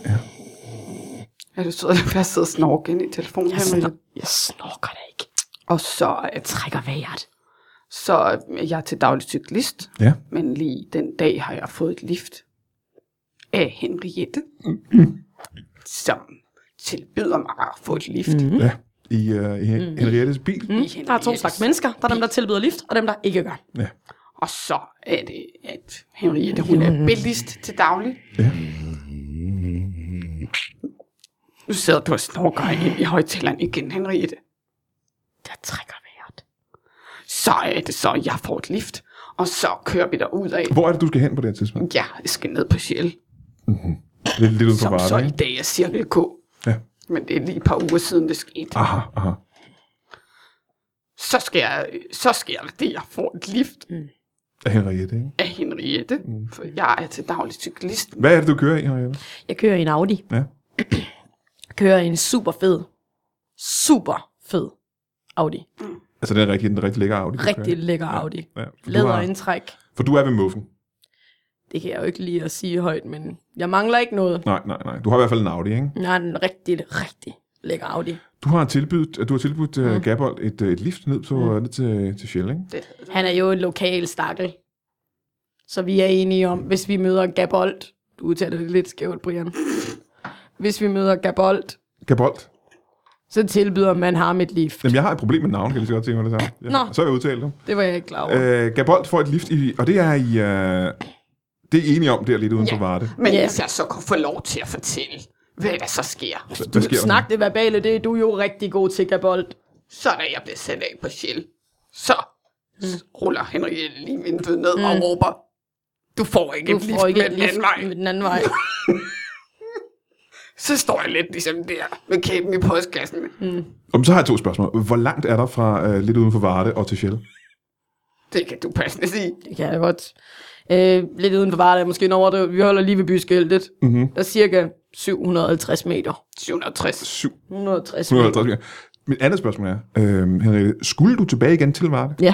S2: Ja. Er du sød, at jeg sidder og snorker ind i telefonen?
S3: Jeg,
S2: Henriette?
S3: snor, jeg snorker da ikke.
S2: Og så, øh,
S3: Trækker vejret.
S2: så er jeg til dagligt cyklist.
S7: Ja.
S2: Men lige den dag har jeg fået et lift af Henriette, som tilbyder mig at få et lift. Mm.
S7: Ja, i, øh, i Hen- Henriettes bil.
S3: Mm, der er to slags mennesker. Der er dem, der tilbyder lift, og dem, der ikke gør.
S2: Og så er det, at Henriette, hun er billigst til daglig.
S7: Ja.
S2: Nu sidder du og snorker ind i højtaleren igen, Henriette.
S3: Der trækker vejret.
S2: Så er det så, at jeg får et lift, og så kører vi derud af.
S7: Hvor er det, du skal hen på det her tidspunkt?
S2: Jeg skal ned på Sjæl,
S7: Det er lidt uden for
S2: som så
S7: Varde,
S2: i
S7: ikke?
S2: dag er cirkel K.
S7: Ja.
S2: Men det er lige et par uger siden, det skete.
S7: Aha, aha.
S2: Så skal jeg, så sker der det, jeg får et lift
S7: Af Henriette, ikke?
S2: af Henriette, for jeg er til daglig cyklist.
S7: Hvad er det, du kører i, Henriette?
S3: Jeg kører i en Audi.
S7: Ja.
S3: Jeg kører i en super fed, super fed Audi.
S7: Altså, den er rigtig, den er rigtig lækker Audi. du kører i.
S3: Rigtig lækker Audi.
S7: Ja, for du har-
S3: Læderindtræk.
S1: For du er ved muffen.
S3: Det kan jeg jo ikke lige at sige højt, men jeg mangler ikke noget.
S1: Nej, nej, nej. Du har i hvert fald en Audi, ikke?
S3: Jeg har en rigtig, rigtig lækker Audi.
S1: Du har tilbudt, du har tilbudt mm. Gabold et, øh, et lift ned, på, mm. ned til, til Shell, ikke?
S2: Det,
S3: Han er jo en lokal stakkel. Så vi er enige om, hvis vi møder Gabold... Du udtaler det lidt skævt, Brian. Hvis vi møder Gabold,
S1: Gabold.
S3: så tilbyder man ham et lift.
S1: Jamen, jeg har et problem med navn, kan jeg lige så godt tænke mig det samme. Ja.
S3: Nå.
S1: Så er jeg udtalt det.
S3: Det var jeg ikke klar over.
S1: Øh, Gabold får et lift, i, og det er i... Øh, det er I enige om der lidt uden for Varde.
S7: Men
S3: Ja.
S7: yes. hvis jeg så kunne få lov til at fortælle, hvad der så sker,
S1: Hvad sker der nu?
S3: Snak det verbale, det er du jo rigtig god til, Gabold.
S7: så da jeg blev sendt af på Shell, så
S3: Mm.
S7: s- ruller Henriette lige vinduet ned mm. og råber, du får ikke
S3: Du
S7: et lift
S3: får ikke
S7: med
S3: et
S7: den
S3: lift
S7: anden vej.
S3: med den anden vej.
S7: Så står jeg lidt ligesom der med kæben i postkassen.
S1: Om, så har jeg to spørgsmål. Hvor langt er der fra øh, lidt uden for Varde og til Shell?
S7: Det kan du passende sige.
S3: Det kan jeg godt. Øh, lidt uden for Varde, måske en overdrevet. Vi holder lige ved byskiltet.
S1: Mhm.
S3: Mm-hmm. Der er cirka 750 meter.
S7: 760.
S3: 160 meter.
S1: 150 meter. Mit andet spørgsmål er, øh, Henriette, skulle du tilbage igen til Varde?
S3: Ja.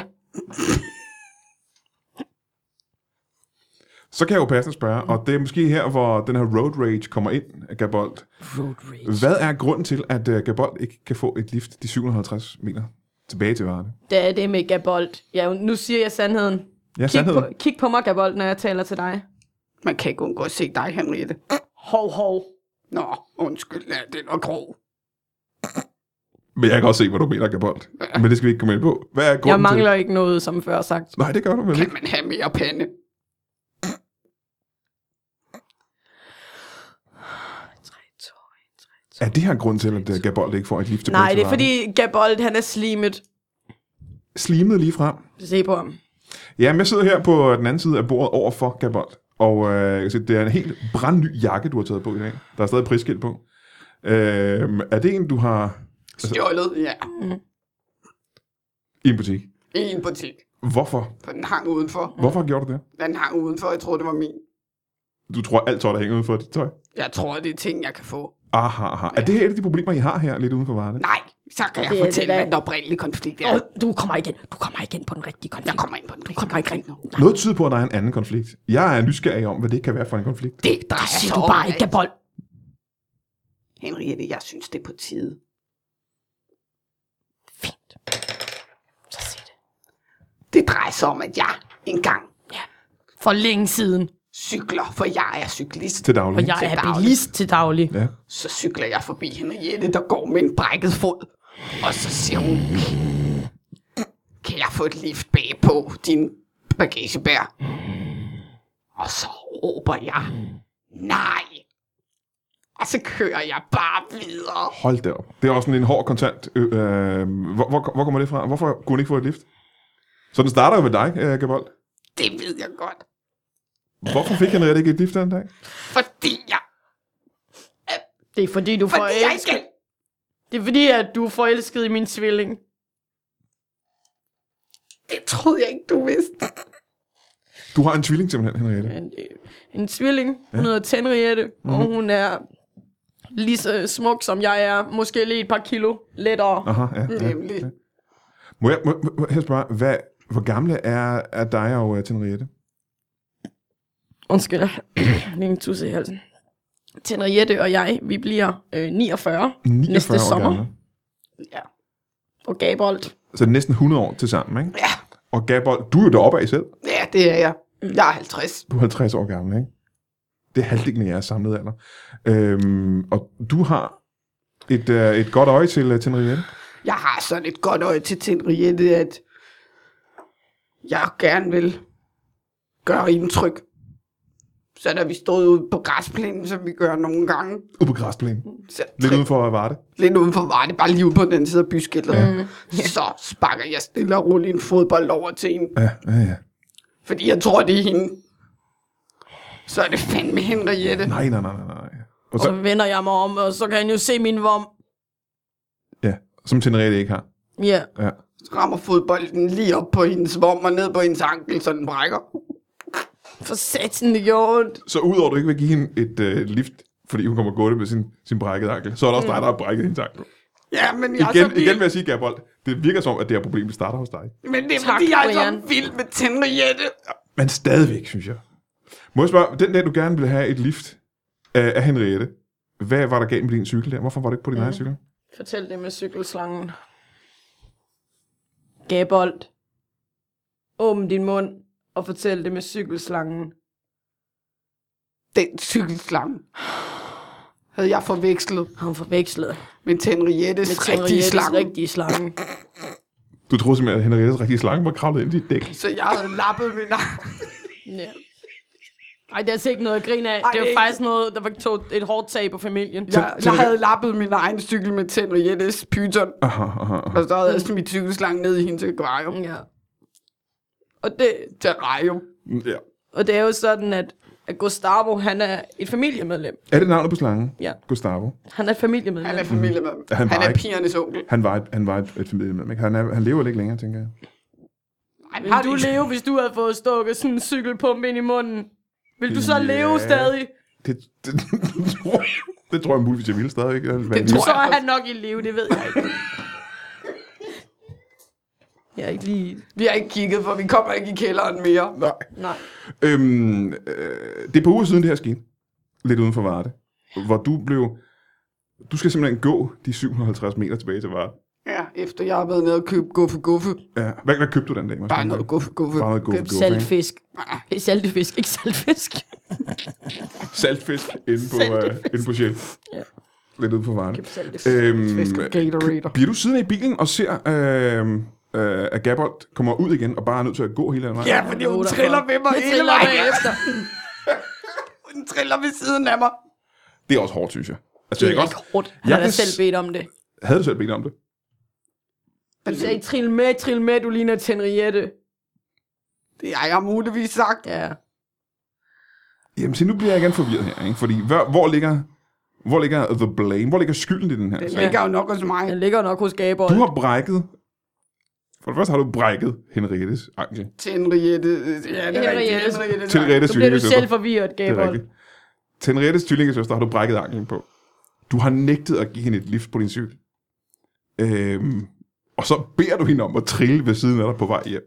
S1: Så kan jeg jo passende spørge, og det er måske her, hvor den her road rage kommer ind, Gabold.
S3: Road rage.
S1: Hvad er grunden til, at øh, Gabold ikke kan få et lift de 750 meter tilbage til Varde?
S3: Det er det med Gabold. Ja, nu siger jeg sandheden.
S1: Ja,
S3: Kig
S1: sandheden.
S3: på, kig på mig, Gabold, når jeg taler til dig.
S7: Man kan ikke undgå at se dig, Henriette.
S3: Hov, hov.
S7: Nå, undskyld, ja, den var grov.
S1: Men jeg kan godt se, hvor du mener, Gabold. Men det skal vi ikke komme ind på. Hvad er grunden
S3: Jeg mangler
S1: til?
S3: ikke noget, som før sagt.
S1: Nej, det gør du vel
S7: Kan
S1: ikke.
S7: man have mere pande?
S1: Er det her grund til, at øh, Gabold ikke får et lift tilbage
S3: Nej,
S1: til
S3: det er
S1: Varde?
S3: fordi Gabold, han er slimet.
S1: Slimet lige frem.
S3: Se på ham.
S1: Ja, men jeg sidder her på den anden side af bordet over for Gabold. Og øh, jeg kan se, det er en helt brandny jakke, du har taget på i dag. Der er stadig prisskilt på. Øh, er det en, du har
S7: Stjålet, ja.
S1: i en butik?
S7: I en butik.
S1: Hvorfor?
S7: For den hang udenfor.
S1: Hvorfor gjorde du det?
S7: Den hang udenfor, jeg troede, det var min.
S1: Du tror alt tøj, der hænger ude for dit tøj?
S7: Jeg tror, det er ting, jeg kan få.
S1: Aha, aha. Er det her et af de problemer, I har her lidt uden for Varde?
S7: Nej, så kan jeg
S3: Det er det
S7: fortælle,
S3: der-
S7: hvad den oprindelige konflikt er.
S3: Åh, du kommer igen. Du kommer igen på den rigtige konflikt.
S7: Jeg kommer ind på den.
S3: Du kommer ikke rigtig.
S1: Noget tyder på, at der er en anden konflikt. Jeg er nysgerrig om, hvad det kan være for en konflikt.
S7: Det drejer
S3: Siger
S7: sig
S3: du
S7: om,
S3: bare ikke
S7: at-
S3: Gabold.
S7: Henriette, jeg synes, det er på tide.
S3: Fint. Så sig det.
S7: Det drejer sig om, at jeg engang
S3: For længe siden.
S7: cykler, for jeg er cyklist.
S1: Til daglig.
S3: Og jeg
S7: Til
S3: er
S7: daglig.
S3: bilist til daglig.
S1: Ja.
S7: Så cykler jeg forbi Henriette, der går med en brækket fod. Og så siger hun, kan jeg få et lift bag på din bagagebær? Og så råber jeg, nej. Og så kører jeg bare videre.
S1: Hold da op. Det er også sådan en hård kontant. Øh, øh, hvor, hvor, hvor kommer det fra? Hvorfor kunne hun ikke få et lift? Så den starter jo med dig, øh, Gabold.
S7: Det ved jeg godt.
S1: Hvorfor fik Henriette ikke et lift den dag?
S7: Fordi jeg,
S3: Det er fordi, du
S7: fordi jeg
S3: forelsker.
S7: ikke
S3: Det er fordi, at du er forelsket i min tvilling.
S7: Det troede jeg ikke, du vidste.
S1: Du har en tvilling simpelthen, Henriette.
S3: En, øh, en tvilling. Hun hedder Tenriette,
S1: Mhm.
S3: mm-hmm. og hun er lige så smuk, som jeg er. Måske lige et par kilo lettere.
S1: Aha, ja. ja.
S7: Nemlig.
S1: Må jeg, må, må jeg spørge, hvad, hvor gamle er, er dig og uh, Henriette?
S3: Undskyld, lige en tusse i halsen. Tenriette og jeg, vi bliver øh, 49,
S1: 49
S3: næste
S1: år
S3: sommer.
S1: Gamle.
S3: Og Gabold,
S1: Så det er næsten 100 år til sammen, ikke?
S7: Ja.
S1: Og Gabold, du er jo deroppe af selv.
S7: Ja, det er jeg. Jeg er 50.
S1: Du er 50 år gammel, ikke? Det er halvdelen af jeres samlede alder. Øhm, og du har et, øh, et godt øje til uh, Henriette.
S7: Jeg har sådan et godt øje til Henriette, at jeg gerne vil gøre indtryk. Så da vi stod ude på græsplænen, som vi gør nogle gange,
S1: Ude på græsplænen.
S7: så
S1: Lidt uden for at vare det.
S7: lidt udenfor var det bare lige ude på den anden side af byskiltet. Ja. Så sparker jeg stille og roligt en fodbold over til hende,
S1: Ja, ja, ja.
S7: fordi jeg tror, det er hende. Så er det fandme Henriette.
S1: Nej, nej, nej, nej, nej. Og
S3: og så
S1: så,
S3: vender jeg mig om, og så kan han jo se min vom.
S1: ja, som Henriette ikke har.
S3: Ja,
S1: Ja.
S7: rammer fodbolden lige op på hendes vom og ned på hendes ankel, så den brækker.
S3: for satan, det gjorde ondt.
S1: Så udover at du ikke vil give hende et øh, lift, fordi hun kommer gående med sin, sin brækkede ankel, så er der også dig, der har brækket hendes ankel.
S7: Ja, men jeg er
S1: Igen,
S7: så vild.
S1: igen vil jeg sige, Gerbold, det virker som, at det her problem starter hos dig.
S7: Men det er
S3: Tak,
S7: fordi, jeg er så
S3: Brian.
S7: vild med Henriette.
S1: Men stadigvæk, synes jeg. Må jeg spørge, den dag, du gerne ville have et lift af, af Henriette, hvad var der galt med din cykel der? Hvorfor var du ikke på din egen cykel?
S3: Fortæl det med cykelslangen.
S8: Gabold.
S3: Åbn din mund og fortæl det med cykelslangen.
S2: Den cykelslange havde jeg forvekslet
S8: Har hun forvekslet
S2: med Henriettes
S8: med
S2: rigtige
S8: Henriettes
S2: slange.
S8: rigtige slange.
S1: Du troede simpelthen, at Henriettes rigtige slange var kravlet ind i dit dæk.
S2: Så jeg havde lappet min arm.
S3: Ja. Ej, det er altså ikke noget at grine af. Ej, det
S2: det
S3: var
S2: er
S3: faktisk noget, der var tog et hårdt tag på familien.
S2: Jeg, jeg havde lappet min egen cykel med Henriettes pyton,
S1: Aha, aha, aha.
S2: og så havde jeg smidt cykelslangen ned i hendes akvarium.
S3: ja. Og det,
S2: Terrarium.
S1: Ja.
S3: og det er jo sådan, at, at Gustavo, han er et familiemedlem.
S1: Er det navnet på slangen?
S3: Ja.
S1: Gustavo.
S3: Han er et familiemedlem.
S2: Han er familie med
S1: Ja, han
S2: Han, han
S1: var
S2: er
S1: ikke-
S2: pigernes onkel.
S1: Han var et, han var et, et familiemedlem, ikke? Han, er, han lever ikke længere, tænker jeg.
S2: Ej,
S3: Vil du leve, hvis du havde fået stukket sådan en cykelpumpe ind i munden? Vil du så
S1: Ja.
S3: leve stadig?
S1: Det, det, det, tror, jeg, det tror jeg muligvis, jeg ville stadig. Ikke? Det
S2: tror
S3: Så er han nok i live, det ved jeg ikke. Jeg er ikke lige...
S2: Vi har ikke kigget, for vi kommer ikke i kælderen mere.
S1: Nej.
S3: Nej.
S1: Øhm, øh, det er på uger siden, det her skete. Lidt uden for Varde. Hvor du blev... Du skal simpelthen gå de 750 meter tilbage til Varde.
S2: Ja, efter jeg har været nede og købe guffe guffe.
S1: Ja. Hvad, hvad købte du den dag? Martin?
S2: Bare noget guffe guffe.
S1: Bare noget guffe,
S8: Køb
S1: guffe,
S8: saltfisk. Saltefisk, ikke saltfisk.
S1: ikke? Saltfisk inde på,
S3: Saltfisk.
S1: uh, inde på Shell.
S3: Ja.
S1: Lidt ude på Varde.
S3: Saltfisk.
S1: Øhm,
S2: Gatorade.
S1: bliver du siden i bilen og ser, øh, øh, at Gabold kommer ud igen og bare er nødt til at gå hele vejen?
S2: Ja, fordi hun
S3: Loder for.
S2: triller ved mig
S3: Jeg
S2: hele
S3: triller
S2: vejen.
S3: bagefter.
S2: Hun triller ved siden af mig.
S1: Det er også hårdt, synes jeg. Altså,
S8: Det
S1: jeg
S8: er
S1: kan
S8: ikke
S1: godt-
S8: hårdt.
S3: Han
S1: Jeg
S3: har da
S1: kan
S3: selv
S1: s-
S3: bedt om det.
S1: Havde du selv bedt om det?
S3: Du sagde, trill med, trill med, du ligner Tenriette.
S2: Det har jeg muligvis sagt.
S3: Ja.
S1: Jamen, se, nu bliver jeg igen forvirret her, ikke? Fordi hvor, hvor ligger... Hvor ligger the blame? Hvor ligger skylden i den her
S2: Den
S1: sag?
S2: ligger jo nok hos mig.
S3: Den ligger nok hos Gabold.
S1: Du har brækket... For det første har du brækket Henriettes ankel.
S2: Til Henriette. øh, Ja, det er rigtigt. Henriettes
S3: Henriettes.
S1: Til Henriettes
S2: vej.
S3: Nu bliver du
S1: tvillingesøster.
S3: selv forvirret,
S1: Det er
S3: Gabold.
S1: rigtigt. Til Henriettes tvillingesøster har du brækket anklen på. Du har nægtet at give hende et lift på din cykel. Øhm, og så beder du hende om at trille ved siden af dig på vej hjem.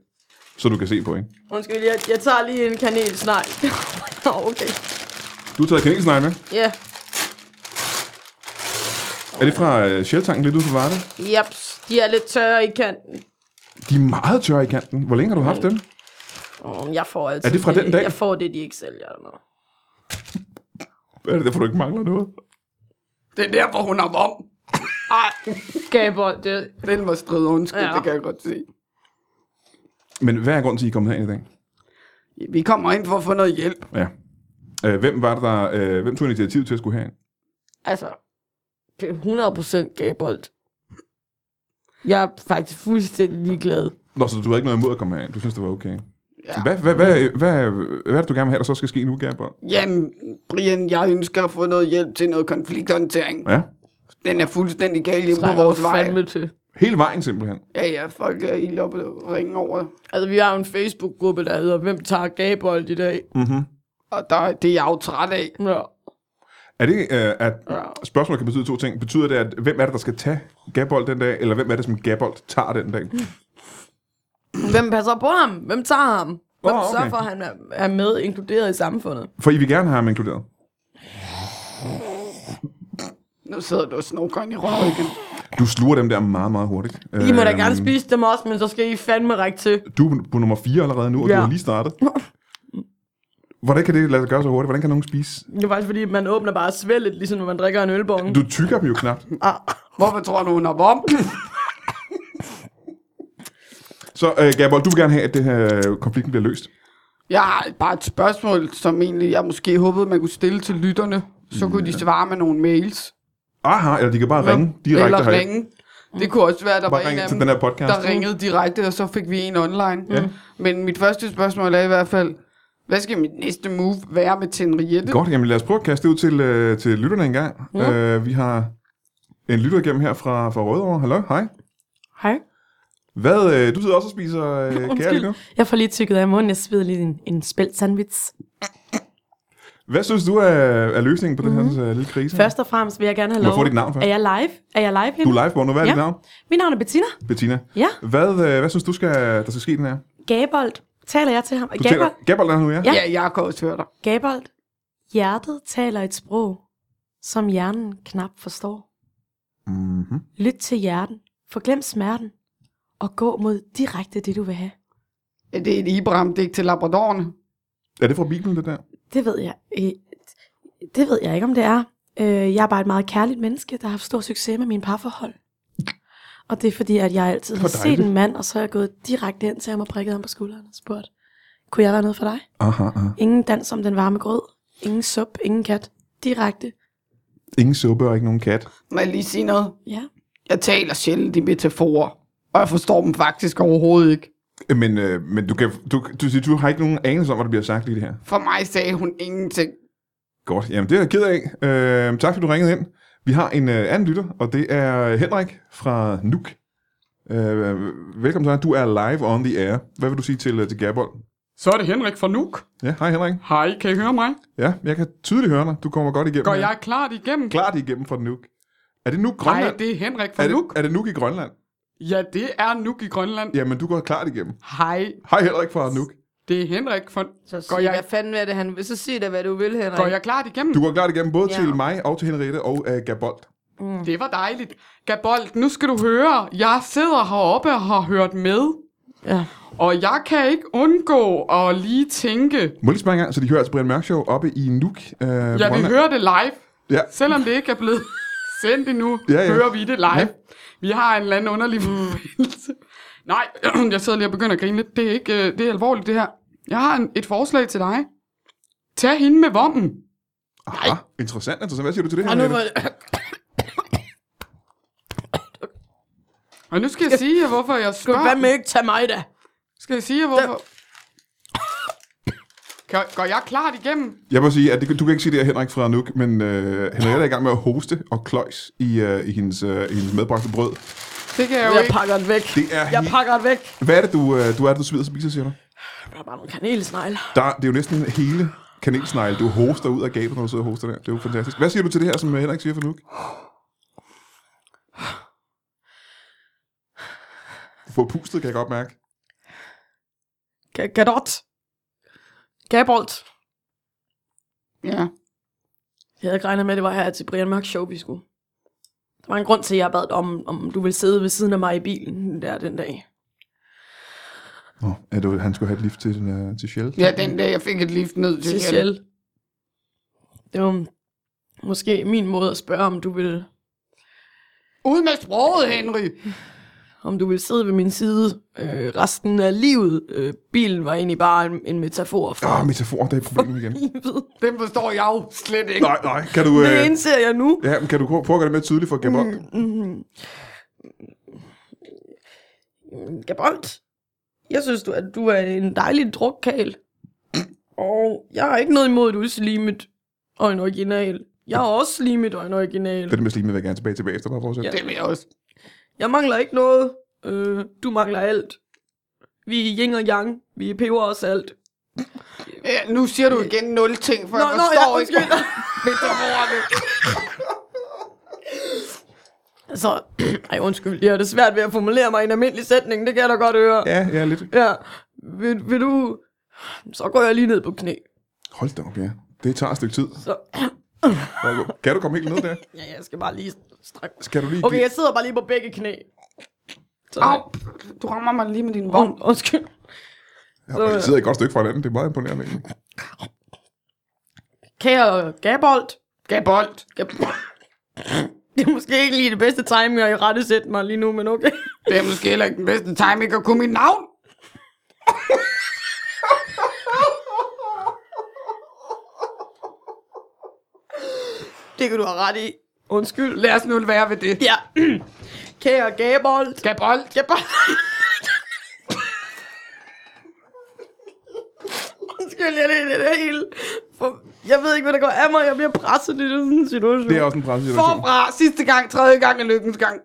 S1: Så du kan se på hende.
S3: Undskyld, jeg, jeg tager lige en kanelsnegl. Nå, okay.
S1: Du har taget kanelsnegle med.
S3: Ja.
S1: Er det fra øh, Sheltanken lidt ude for Varde?
S3: Japs, de er lidt tørre i kanten.
S1: De er meget tørre i kanten. Hvor længe har du haft dem?
S3: Oh, jeg får altid
S1: Er det fra den dag?
S3: Jeg får det, de ikke sælger. Eller noget.
S1: Hvad er det derfor, du ikke mangler noget?
S2: Det er der, hvor hun har om.
S3: Ej, Gabold, det...
S2: Den var strid undskyld,
S3: Ja.
S2: det kan jeg godt se.
S1: Men hvad er grunden til, at I er kommet herind i dag?
S2: Vi kommer ind for at få noget hjælp.
S1: Ja. Øh, hvem var det, der... Øh, hvem tog initiativ til at skulle herind?
S3: Altså, det er 100% Gabold. Jeg er faktisk fuldstændig ligeglad.
S1: Nå, så du havde ikke noget imod at komme herind. Du synes, det var okay. Ja. Hvad, hvad, hvad, hvad, hvad er det, du gerne vil have, der så skal ske nu, Gerber?
S2: Jamen, Brian, jeg ønsker at få noget hjælp til noget konflikthåndtering.
S1: Ja.
S2: Den er fuldstændig gal hjemme på vores vej.
S3: Fandme til.
S1: Hele vejen simpelthen.
S2: Ja, ja, folk er helt oppe og ringe over.
S3: Altså, vi har jo en Facebook-gruppe, der hedder Hvem tager Gabold i dag?
S1: Mm.
S2: Og der, det er jeg jo træt af.
S3: Ja.
S1: Er det, øh, at spørgsmålet kan betyde to ting. Betyder det, at hvem er det, der skal tage Gabold den dag, eller hvem er det, som Gabold tager den
S3: Mm.
S1: dag?
S3: Hvem passer på ham? Hvem tager ham? Hvem
S1: Åh, okay.
S3: sørger for, at han er- er med inkluderet i samfundet?
S1: For I vil gerne have ham inkluderet.
S2: Nu sidder du og snokker ind i røven igen.
S1: Du sluger dem der meget, meget hurtigt.
S3: I må da
S1: Øhm,
S3: gerne spise dem også, men så skal I fandme række til.
S1: Du er på nummer 4 allerede nu, og ja.
S3: Ja.
S1: du har lige startet. Hvordan kan det lade sig gøre så hurtigt? Hvordan kan nogen spise?
S3: Det er faktisk fordi, man åbner bare svældet, ligesom når man drikker en ølbong.
S1: Du tykker dem jo knap.
S2: Hvorfor tror du, hun er vom?
S1: Så øh, Gabold, du vil gerne have, at det her øh, konflikten bliver løst.
S2: Jeg har bare et spørgsmål, som egentlig jeg måske håbede, man kunne stille til lytterne. Så kunne
S1: Mm.
S2: de svare med nogle mails.
S1: Aha, eller de kan bare ringe direkte
S2: Eller
S1: herind.
S2: ringe. Det kunne også være, at der
S1: Bare
S2: var en
S1: ringe
S2: af
S1: til
S2: dem,
S1: den her podcast.
S2: der ringede direkte, og så fik vi en online.
S1: Ja.
S2: Men mit første spørgsmål er i hvert fald, hvad skal mit næste move være med Tenriette?
S1: Godt, jamen lad os prøve at kaste det ud til, øh, til lytterne en gang. Ja. Øh, vi har en lytter igennem her fra, fra Rødovre. Hallo, hej.
S8: Hej.
S1: Hvad, øh, du sidder også og spiser øh, kære
S8: Undskyld.
S1: lytter.
S8: Jeg får lige tykket af munden. Jeg smider lige en, en spelt sandwich.
S1: Hvad synes du er, er løsningen på den her øh, lille krise?
S8: Først og fremmest vil jeg gerne have
S1: Må
S8: lov.
S1: jeg få dit navn først?
S8: Er jeg live? Er jeg live
S1: Du
S8: henne?
S1: er live på nu. Hvad er
S8: Ja.
S1: dit navn?
S8: Mit navn er Bettina.
S1: Bettina.
S8: Ja.
S1: Hvad, øh, hvad synes du, skal, der skal ske den her?
S8: Gabold
S9: taler jeg til ham.
S1: Du taler Gabold er nu, ja?
S9: Ja.
S7: Ja, jeg kan også høre dig.
S9: Gabold, hjertet taler et sprog, som hjernen knap forstår.
S1: Mm-hmm.
S9: Lyt til hjerten, forglem smerten, og gå mod direkte det, du vil have.
S7: Ja, det er et Ibrahim-digt til Labradorne.
S1: Er det fra Bibelen, det der?
S9: Det ved jeg, øh, det ved jeg ikke, om det er. Øh, jeg er bare et meget kærligt menneske, der har haft stor succes med mine parforhold. Og det er fordi, at jeg altid har
S1: For
S9: set
S1: dejligt.
S9: en mand, og så er jeg gået direkte ind til ham og prikket ham på skulderen og spurgt, kunne jeg være noget for dig?
S1: Aha, aha.
S9: Ingen dans om den varme grød, ingen sup, ingen kat. Direkte.
S1: Ingen suppe og ikke nogen kat.
S7: Må jeg lige sige noget?
S9: Ja.
S7: Jeg taler sjældent i metaforer, og jeg forstår dem faktisk overhovedet ikke.
S1: Men, øh, men du, kan, du, du, siger, du har ikke nogen anelse om, hvad der bliver sagt lige det her.
S7: For mig sagde hun ingenting.
S1: Godt. Jamen, det er jeg ked af. Øh, tak, fordi du ringede ind. Vi har en øh, anden lytter, og det er Henrik fra Nuuk. Øh, velkommen til dig. Du er live on the air. Hvad vil du sige til, øh, til Gabold?
S2: Så er det Henrik fra Nuuk.
S1: Ja, hej Henrik.
S2: Hej, kan I høre mig?
S1: Ja, jeg kan tydeligt høre dig. Du kommer godt igennem.
S2: Går
S1: her.
S2: jeg klart igennem?
S1: klart igennem fra Nuuk? Er det Nuuk Grønland?
S2: Nej, det er Henrik fra
S1: er,
S2: Nuuk.
S1: det, er det Nuuk i Grønland?
S2: Ja, det er Nuuk i Grønland.
S1: Jamen, du går klart igennem.
S2: Hej,
S1: Hej Henrik fra Nuuk.
S2: det er Henrik fra...
S3: Så sig,
S2: Går jeg-
S3: hvad fanden er det, han vil? Så sig da, hvad du vil, Henrik.
S2: Går jeg klart igennem?
S1: Du går klart igennem både
S3: Ja.
S1: til mig og til Henriette og øh, Gabold.
S2: Det var dejligt. Gabold, nu skal du høre. Jeg sidder heroppe og har hørt med.
S9: Ja.
S2: Og jeg kan ikke undgå at lige tænke.
S1: Må jeg lige spørge en gang, så de hører altså Brian Mørk Show oppe i Nuuk. Øh, på
S2: Jeg vil
S1: Grønland?
S2: høre det live.
S1: Ja.
S2: Selvom det ikke er blevet sendt endnu,
S1: Ja,
S2: ja,
S1: ja.
S2: ja. hører vi det live.
S1: Ja.
S2: Ja. Vi har en eller anden underlig forbindelse. Nej, jeg sidder lige og begynder at grine lidt. Det er, ikke, øh, det er alvorligt, det her. Jeg har en, et forslag til dig. Tag hende med vommen.
S1: Aha, Ah, interessant, interessant. Hvad siger du til det her?
S3: Og nu
S1: Henriette?
S3: var
S2: Og nu skal jeg sige jer, hvorfor jeg
S3: Du
S2: spørger.
S3: hvad med ikke tage mig da?
S2: Skal jeg sige jer, hvorfor... Går- Går jeg klart igennem?
S1: Jeg må sige, at det, du kan ikke sige det her, Henrik fra Nuuk, men øh, Henriette er i gang med at hoste og kløjs i, øh, i, hendes, øh, i hendes medbragte brød.
S2: Det kan jeg jo
S3: Jeg
S2: ikke.
S3: pakker den væk.
S1: Det er
S3: Jeg
S1: he-
S3: pakker den væk.
S1: Hvad er det, du, øh, du er, det, du smider som biser, siger du?
S3: Der er bare nogle kanelsnegle.
S1: Der, det er jo næsten hele kanelsnegle, du hoster ud af gabet, når du sidder og hoster der. Det er jo fantastisk. Hvad siger du til det her, som øh, Henrik siger fra Nuuk? Du får pustet, kan jeg godt mærke.
S3: Ga- Gadot. Gabolt.
S7: Ja.
S3: Jeg havde ikke regnet med, at det var her til Brian Mørk Show, vi skulle. Der var en grund til, at jeg bad dig om, om du ville sidde ved siden af mig i bilen der den dag.
S1: Nå, at du, han skulle have et lift til, øh, til Shell.
S7: ja, den dag jeg fik et lift ned til
S3: Til
S7: Shell.
S3: Shell. Det var måske min måde at spørge, om du ville,
S7: Ud med sproget, Henry!
S3: om du ville sidde ved min side øh, resten af livet. Øh, bilen var egentlig bare en, en metafor for
S1: Ah, metafor, der er problemet igen.
S3: livet.
S7: Den forstår jeg jo slet ikke.
S1: Nej, nej, kan du...
S3: Det
S1: Øh,
S3: indser jeg nu.
S1: ja, men kan du prøve at gøre det mere tydeligt for Gabold?
S3: Gabolt, jeg synes, du, at du er en dejlig drukkal. Og jeg har ikke noget imod, at du er slimet og en original. Jeg er også slimet og en
S1: Det er
S3: original.
S1: det med slimet, vil jeg gerne tilbage til bagefter, bare fortsæt.
S3: Ja.
S7: Det vil jeg også.
S3: Jeg mangler ikke noget. Øh, du mangler alt. Vi er yin og yang. Vi er peber og salt.
S7: Ja, nu siger du igen nul ting, for
S3: Nå,
S7: jeg
S3: nå,
S7: forstår
S3: ja,
S7: ikke
S3: undskyld.
S7: metaforerne.
S3: Så, ej undskyld, jeg har det svært ved at formulere mig i en almindelig sætning. Det kan jeg da godt høre.
S1: Ja, ja, lidt.
S3: ja. Vil, vil du... Så går jeg lige ned på knæ.
S1: Hold da op, ja. Det tager et stykke tid.
S3: Så,
S1: Kan du komme helt ned der?
S3: ja, jeg skal bare lige strække
S1: Skal du lige...
S3: Okay, jeg sidder bare lige på begge knæ. Så,
S7: Au, du rammer mig lige med din vogn.
S3: und, undskyld.
S1: Ja, I sidder et godt stykke fra hinanden. Det er meget imponerende. egentlig.
S3: Kære Gabolt.
S7: Gabold.
S3: Gabolt. Det er måske ikke lige det bedste timing, at I rette sætte mig lige nu, men okay.
S7: Det er måske heller ikke den bedste timing at kunne mit navn.
S3: Det kan du have ret i. Undskyld.
S7: Lad os nu være ved det.
S3: Ja. Kære Gabolt.
S7: Gabold.
S3: Gabolt. Undskyld, jeg er det hele. For jeg ved ikke, hvad der går af mig. Jeg bliver presset i sådan en situation.
S1: Det er også en pressesituation.
S7: Forfra, sidste gang, tredje gang er lykkens gang.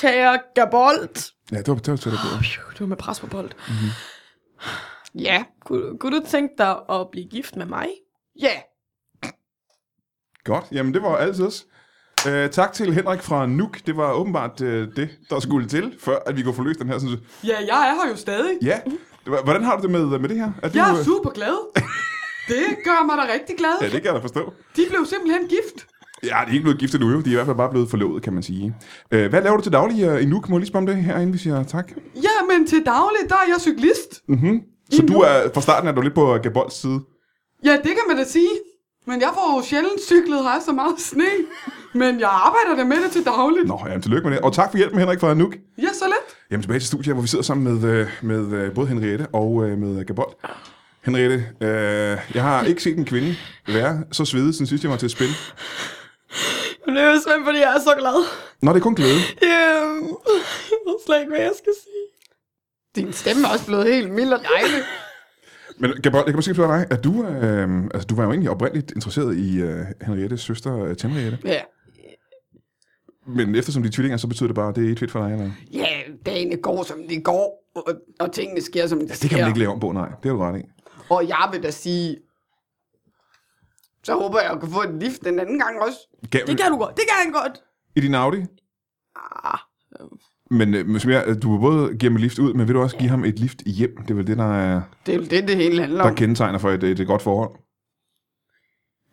S3: Kære Gabolt.
S1: Ja, det var det, var, det, var, det var.
S3: Du var med pres på bold.
S7: Ja,
S3: Kunne, kunne du tænke dig at blive gift med mig?
S7: ja.
S1: Godt. Jamen, det var altid os. Øh, tak til Henrik fra Nuuk. Det var åbenbart øh, det, der skulle til, før at vi kunne få løst den her. Sådan,
S2: Ja, jeg er her jo stadig.
S1: ja, H- Hvordan har du det med, med det her? Er du,
S2: Jeg
S1: øh,
S2: er super glad. Det gør mig da rigtig glad.
S1: Ja, det kan jeg da forstå.
S2: De blev simpelthen gift.
S1: Ja, de er ikke blevet gift endnu, jo. de er i hvert fald bare blevet forlovet, kan man sige. Øh, hvad laver du til daglig øh, i Nuuk? Må jeg lige spørge om det her, inden vi siger tak?
S2: Ja, men til daglig, der er jeg cyklist.
S1: Mm-hmm. Så du er, fra starten er du lidt på Gabolds side.
S2: Ja, det kan man da sige. Men jeg får jo sjældent cyklet her så meget sne. Men jeg arbejder da med det til dagligt.
S1: Nå, jamen, tillykke med det. Og tak for hjælpen, Henrik fra Nuuk.
S2: Ja, så lidt.
S1: Jamen tilbage til studiet, hvor vi sidder sammen med, øh, med øh, både Henriette og øh, med Gabold. Henriette, øh, jeg har ikke set en kvinde være så svedig, siden sidst jeg var til et spil.
S3: Men det er jo svært, fordi jeg er så glad.
S1: Nå, det er kun glæde.
S3: Øhm, Jeg ved slet ikke, hvad jeg skal sige.
S2: Din stemme er også blevet helt mild og dejlig.
S1: Men Gabold, jeg kan måske spørge dig, at du, øh, altså, du var jo egentlig oprindeligt interesseret i øh, Henriettes søster, øh, Henriette.
S7: Ja.
S1: Men eftersom de er tvillinger, så betyder det bare, at det er et fedt for dig. Eller?
S7: Ja, dagene går, som de går, og, og tingene sker, som de
S1: Det kan
S7: sker.
S1: man ikke lave om på, nej. Det har du ret i.
S7: Og jeg vil da sige, så håber jeg, at jeg kan få et lift den anden gang også.
S1: Gav,
S3: Det kan Ah, du godt. Det kan han godt.
S1: I din Audi?
S3: øhm.
S1: Men øh, men som jeg, du vil både give ham et lift ud, men vil du også give ham et lift hjem? Det er vel det, der, er,
S7: Det er jo det, det hele handler
S1: der
S7: om.
S1: kendetegner for et, et, et godt forhold.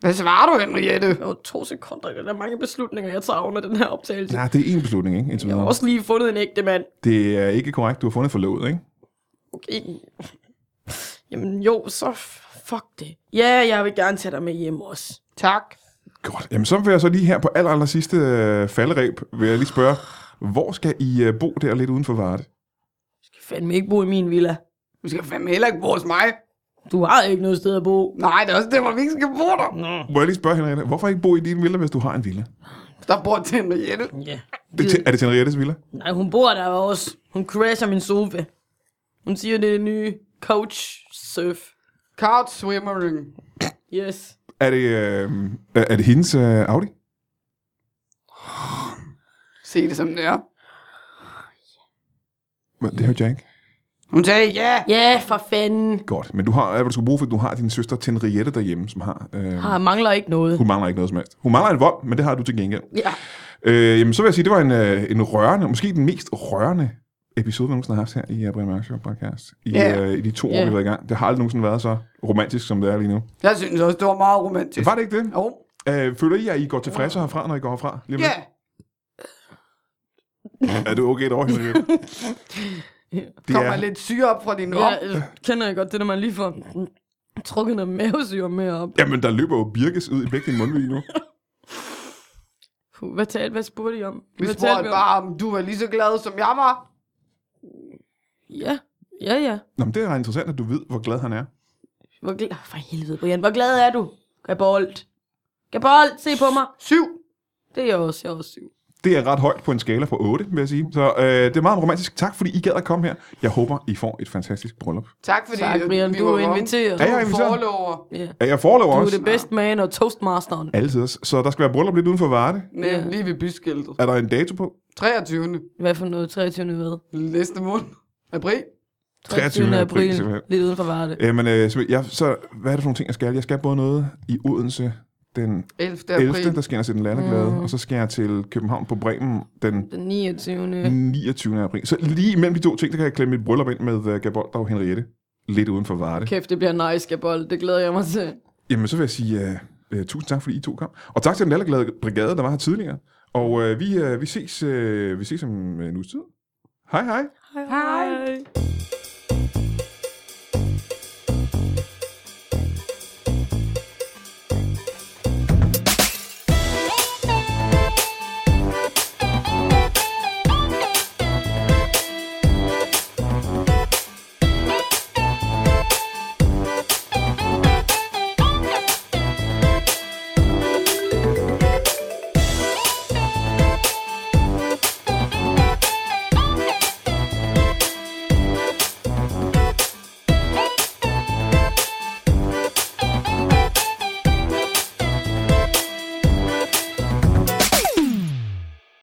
S7: Hvad svarer du, Henriette?
S3: Det var to sekunder. Der er mange beslutninger, jeg tager under den her optagelse.
S1: Nej, det er én beslutning, ikke? Indtil
S3: Jeg har
S1: videre.
S3: også lige fundet en ægte mand.
S1: Det er ikke korrekt, du har fundet forlovet, ikke?
S3: Okay. Jamen jo, så f- fuck det. Ja, jeg vil gerne tage dig med hjem også.
S2: Tak.
S1: Godt. Jamen, så vil jeg så lige her på aller, aller sidste øh, falderæb, vil jeg lige spørge, hvor skal I øh, bo der lidt uden for Varde?
S3: Du skal fandme ikke bo i min villa.
S7: Du skal fandme heller ikke bo hos mig.
S3: Du har ikke noget sted at bo.
S7: Nej, det er også det, hvor vi ikke skal bo der.
S1: Må jeg lige spørge, Henriette, hvorfor ikke bo i din villa, hvis du har en villa?
S7: Der bor til Henriette.
S3: Ja.
S1: Det, er til- er det til Henriettes villa?
S3: Nej, hun bor der også. Hun crasher min sofa. Hun siger, det er det nye coach surf.
S2: Couch swimmering.
S3: Yes.
S1: Er det, øh, er er det hendes øh, Audi?
S7: Se det, som det er.
S1: Men Det hørte jeg ikke.
S7: Hun sagde ja.
S3: Ja, for fanden.
S1: Godt, men du har, hvad du skal bruge, for du har din søster Henriette derhjemme, som har... Øh,
S3: Har Ah, mangler ikke noget.
S1: Hun mangler ikke noget som helst. Hun mangler en vold, men det har du til gengæld.
S3: Ja.
S1: Øh, jamen, så vil jeg sige, det var en, øh, en rørende, måske den mest rørende episode, vi nogensinde har haft her i øh, Brian Mørk Show podcast. I,
S7: Ja.
S1: øh, I de to år,
S3: Ja.
S1: vi har været i gang. Det har aldrig nogensinde været så romantisk, som det er lige nu.
S7: Jeg synes også, det var meget romantisk.
S1: Var det ikke det?
S7: Jo.
S1: Øh, føler I, at I går tilfredse herfra, når I går herfra? Lige om
S7: Ja.
S1: lidt? Er du okay derovre, Henrik? Det
S7: Kommer
S1: er,
S7: lidt syre op fra din rom.
S3: Ja, øh, kender jeg godt det, når man lige får trukket noget mavesyre med op.
S1: jamen, der løber jo birkes ud i begge dine mundvige nu.
S3: Puh, hvad, talte, hvad spurgte I om?
S7: Vi
S3: hvad talte
S7: spurgte bare, om du var lige så glad, som jeg var.
S3: Ja, ja, ja.
S1: Nå, men det er ret interessant, at du ved, hvor glad han er.
S3: Hvor glad... For helvede, Brian. Hvor glad er du? Gabolt. Gabolt, se på mig.
S7: Syv.
S3: Det er jeg også. Jeg er også syv.
S1: Det er ret højt på en skala fra 8, vil jeg sige. Så øh, det er meget romantisk. Tak, fordi I gad at komme her. Jeg håber, I får et fantastisk bryllup.
S7: Tak fordi
S3: Tak, Brian.
S7: vi
S3: Du
S7: var
S3: er inviteret.
S1: Ja, jeg er inviteret.
S7: forlover
S3: Ja.
S1: Ja, Jeg forelover
S3: Du
S1: også.
S3: er det bedste man og toastmasteren.
S1: Altid. Så der skal være bryllup lidt uden for Varde.
S7: med ja. lige ved byskiltet.
S1: Er der en dato på?
S7: 23.
S3: Hvad for noget 23. ved?
S7: næste måned. April.
S1: 23. april,
S3: april.
S1: simpelthen.
S3: Lidt uden for Varde.
S1: Jamen, øh, så, jeg, så hvad er det for nogle ting, jeg skal? Jeg skal både noget i Odense den
S7: 11. april.
S1: 11. Der skal jeg til den landeglade, mm. og så skal jeg til København på Bremen den
S3: Den 29.
S1: Mm. 29. april. Så lige imellem de to ting, der kan jeg klemme mit bryllup ind med uh, Gabold og Henriette. Lidt uden for Varde. Okay.
S3: Kæft, det bliver nice, Gabolt. Det glæder jeg mig til.
S1: Jamen, så vil jeg sige uh, uh, tusind tak, fordi I to kom. Og tak til den landeglade brigade, der var her tidligere. øh, Og uh, vi, uh, vi, ses, uh, vi ses om øh, en uges tid. Hej hej.
S3: Hej.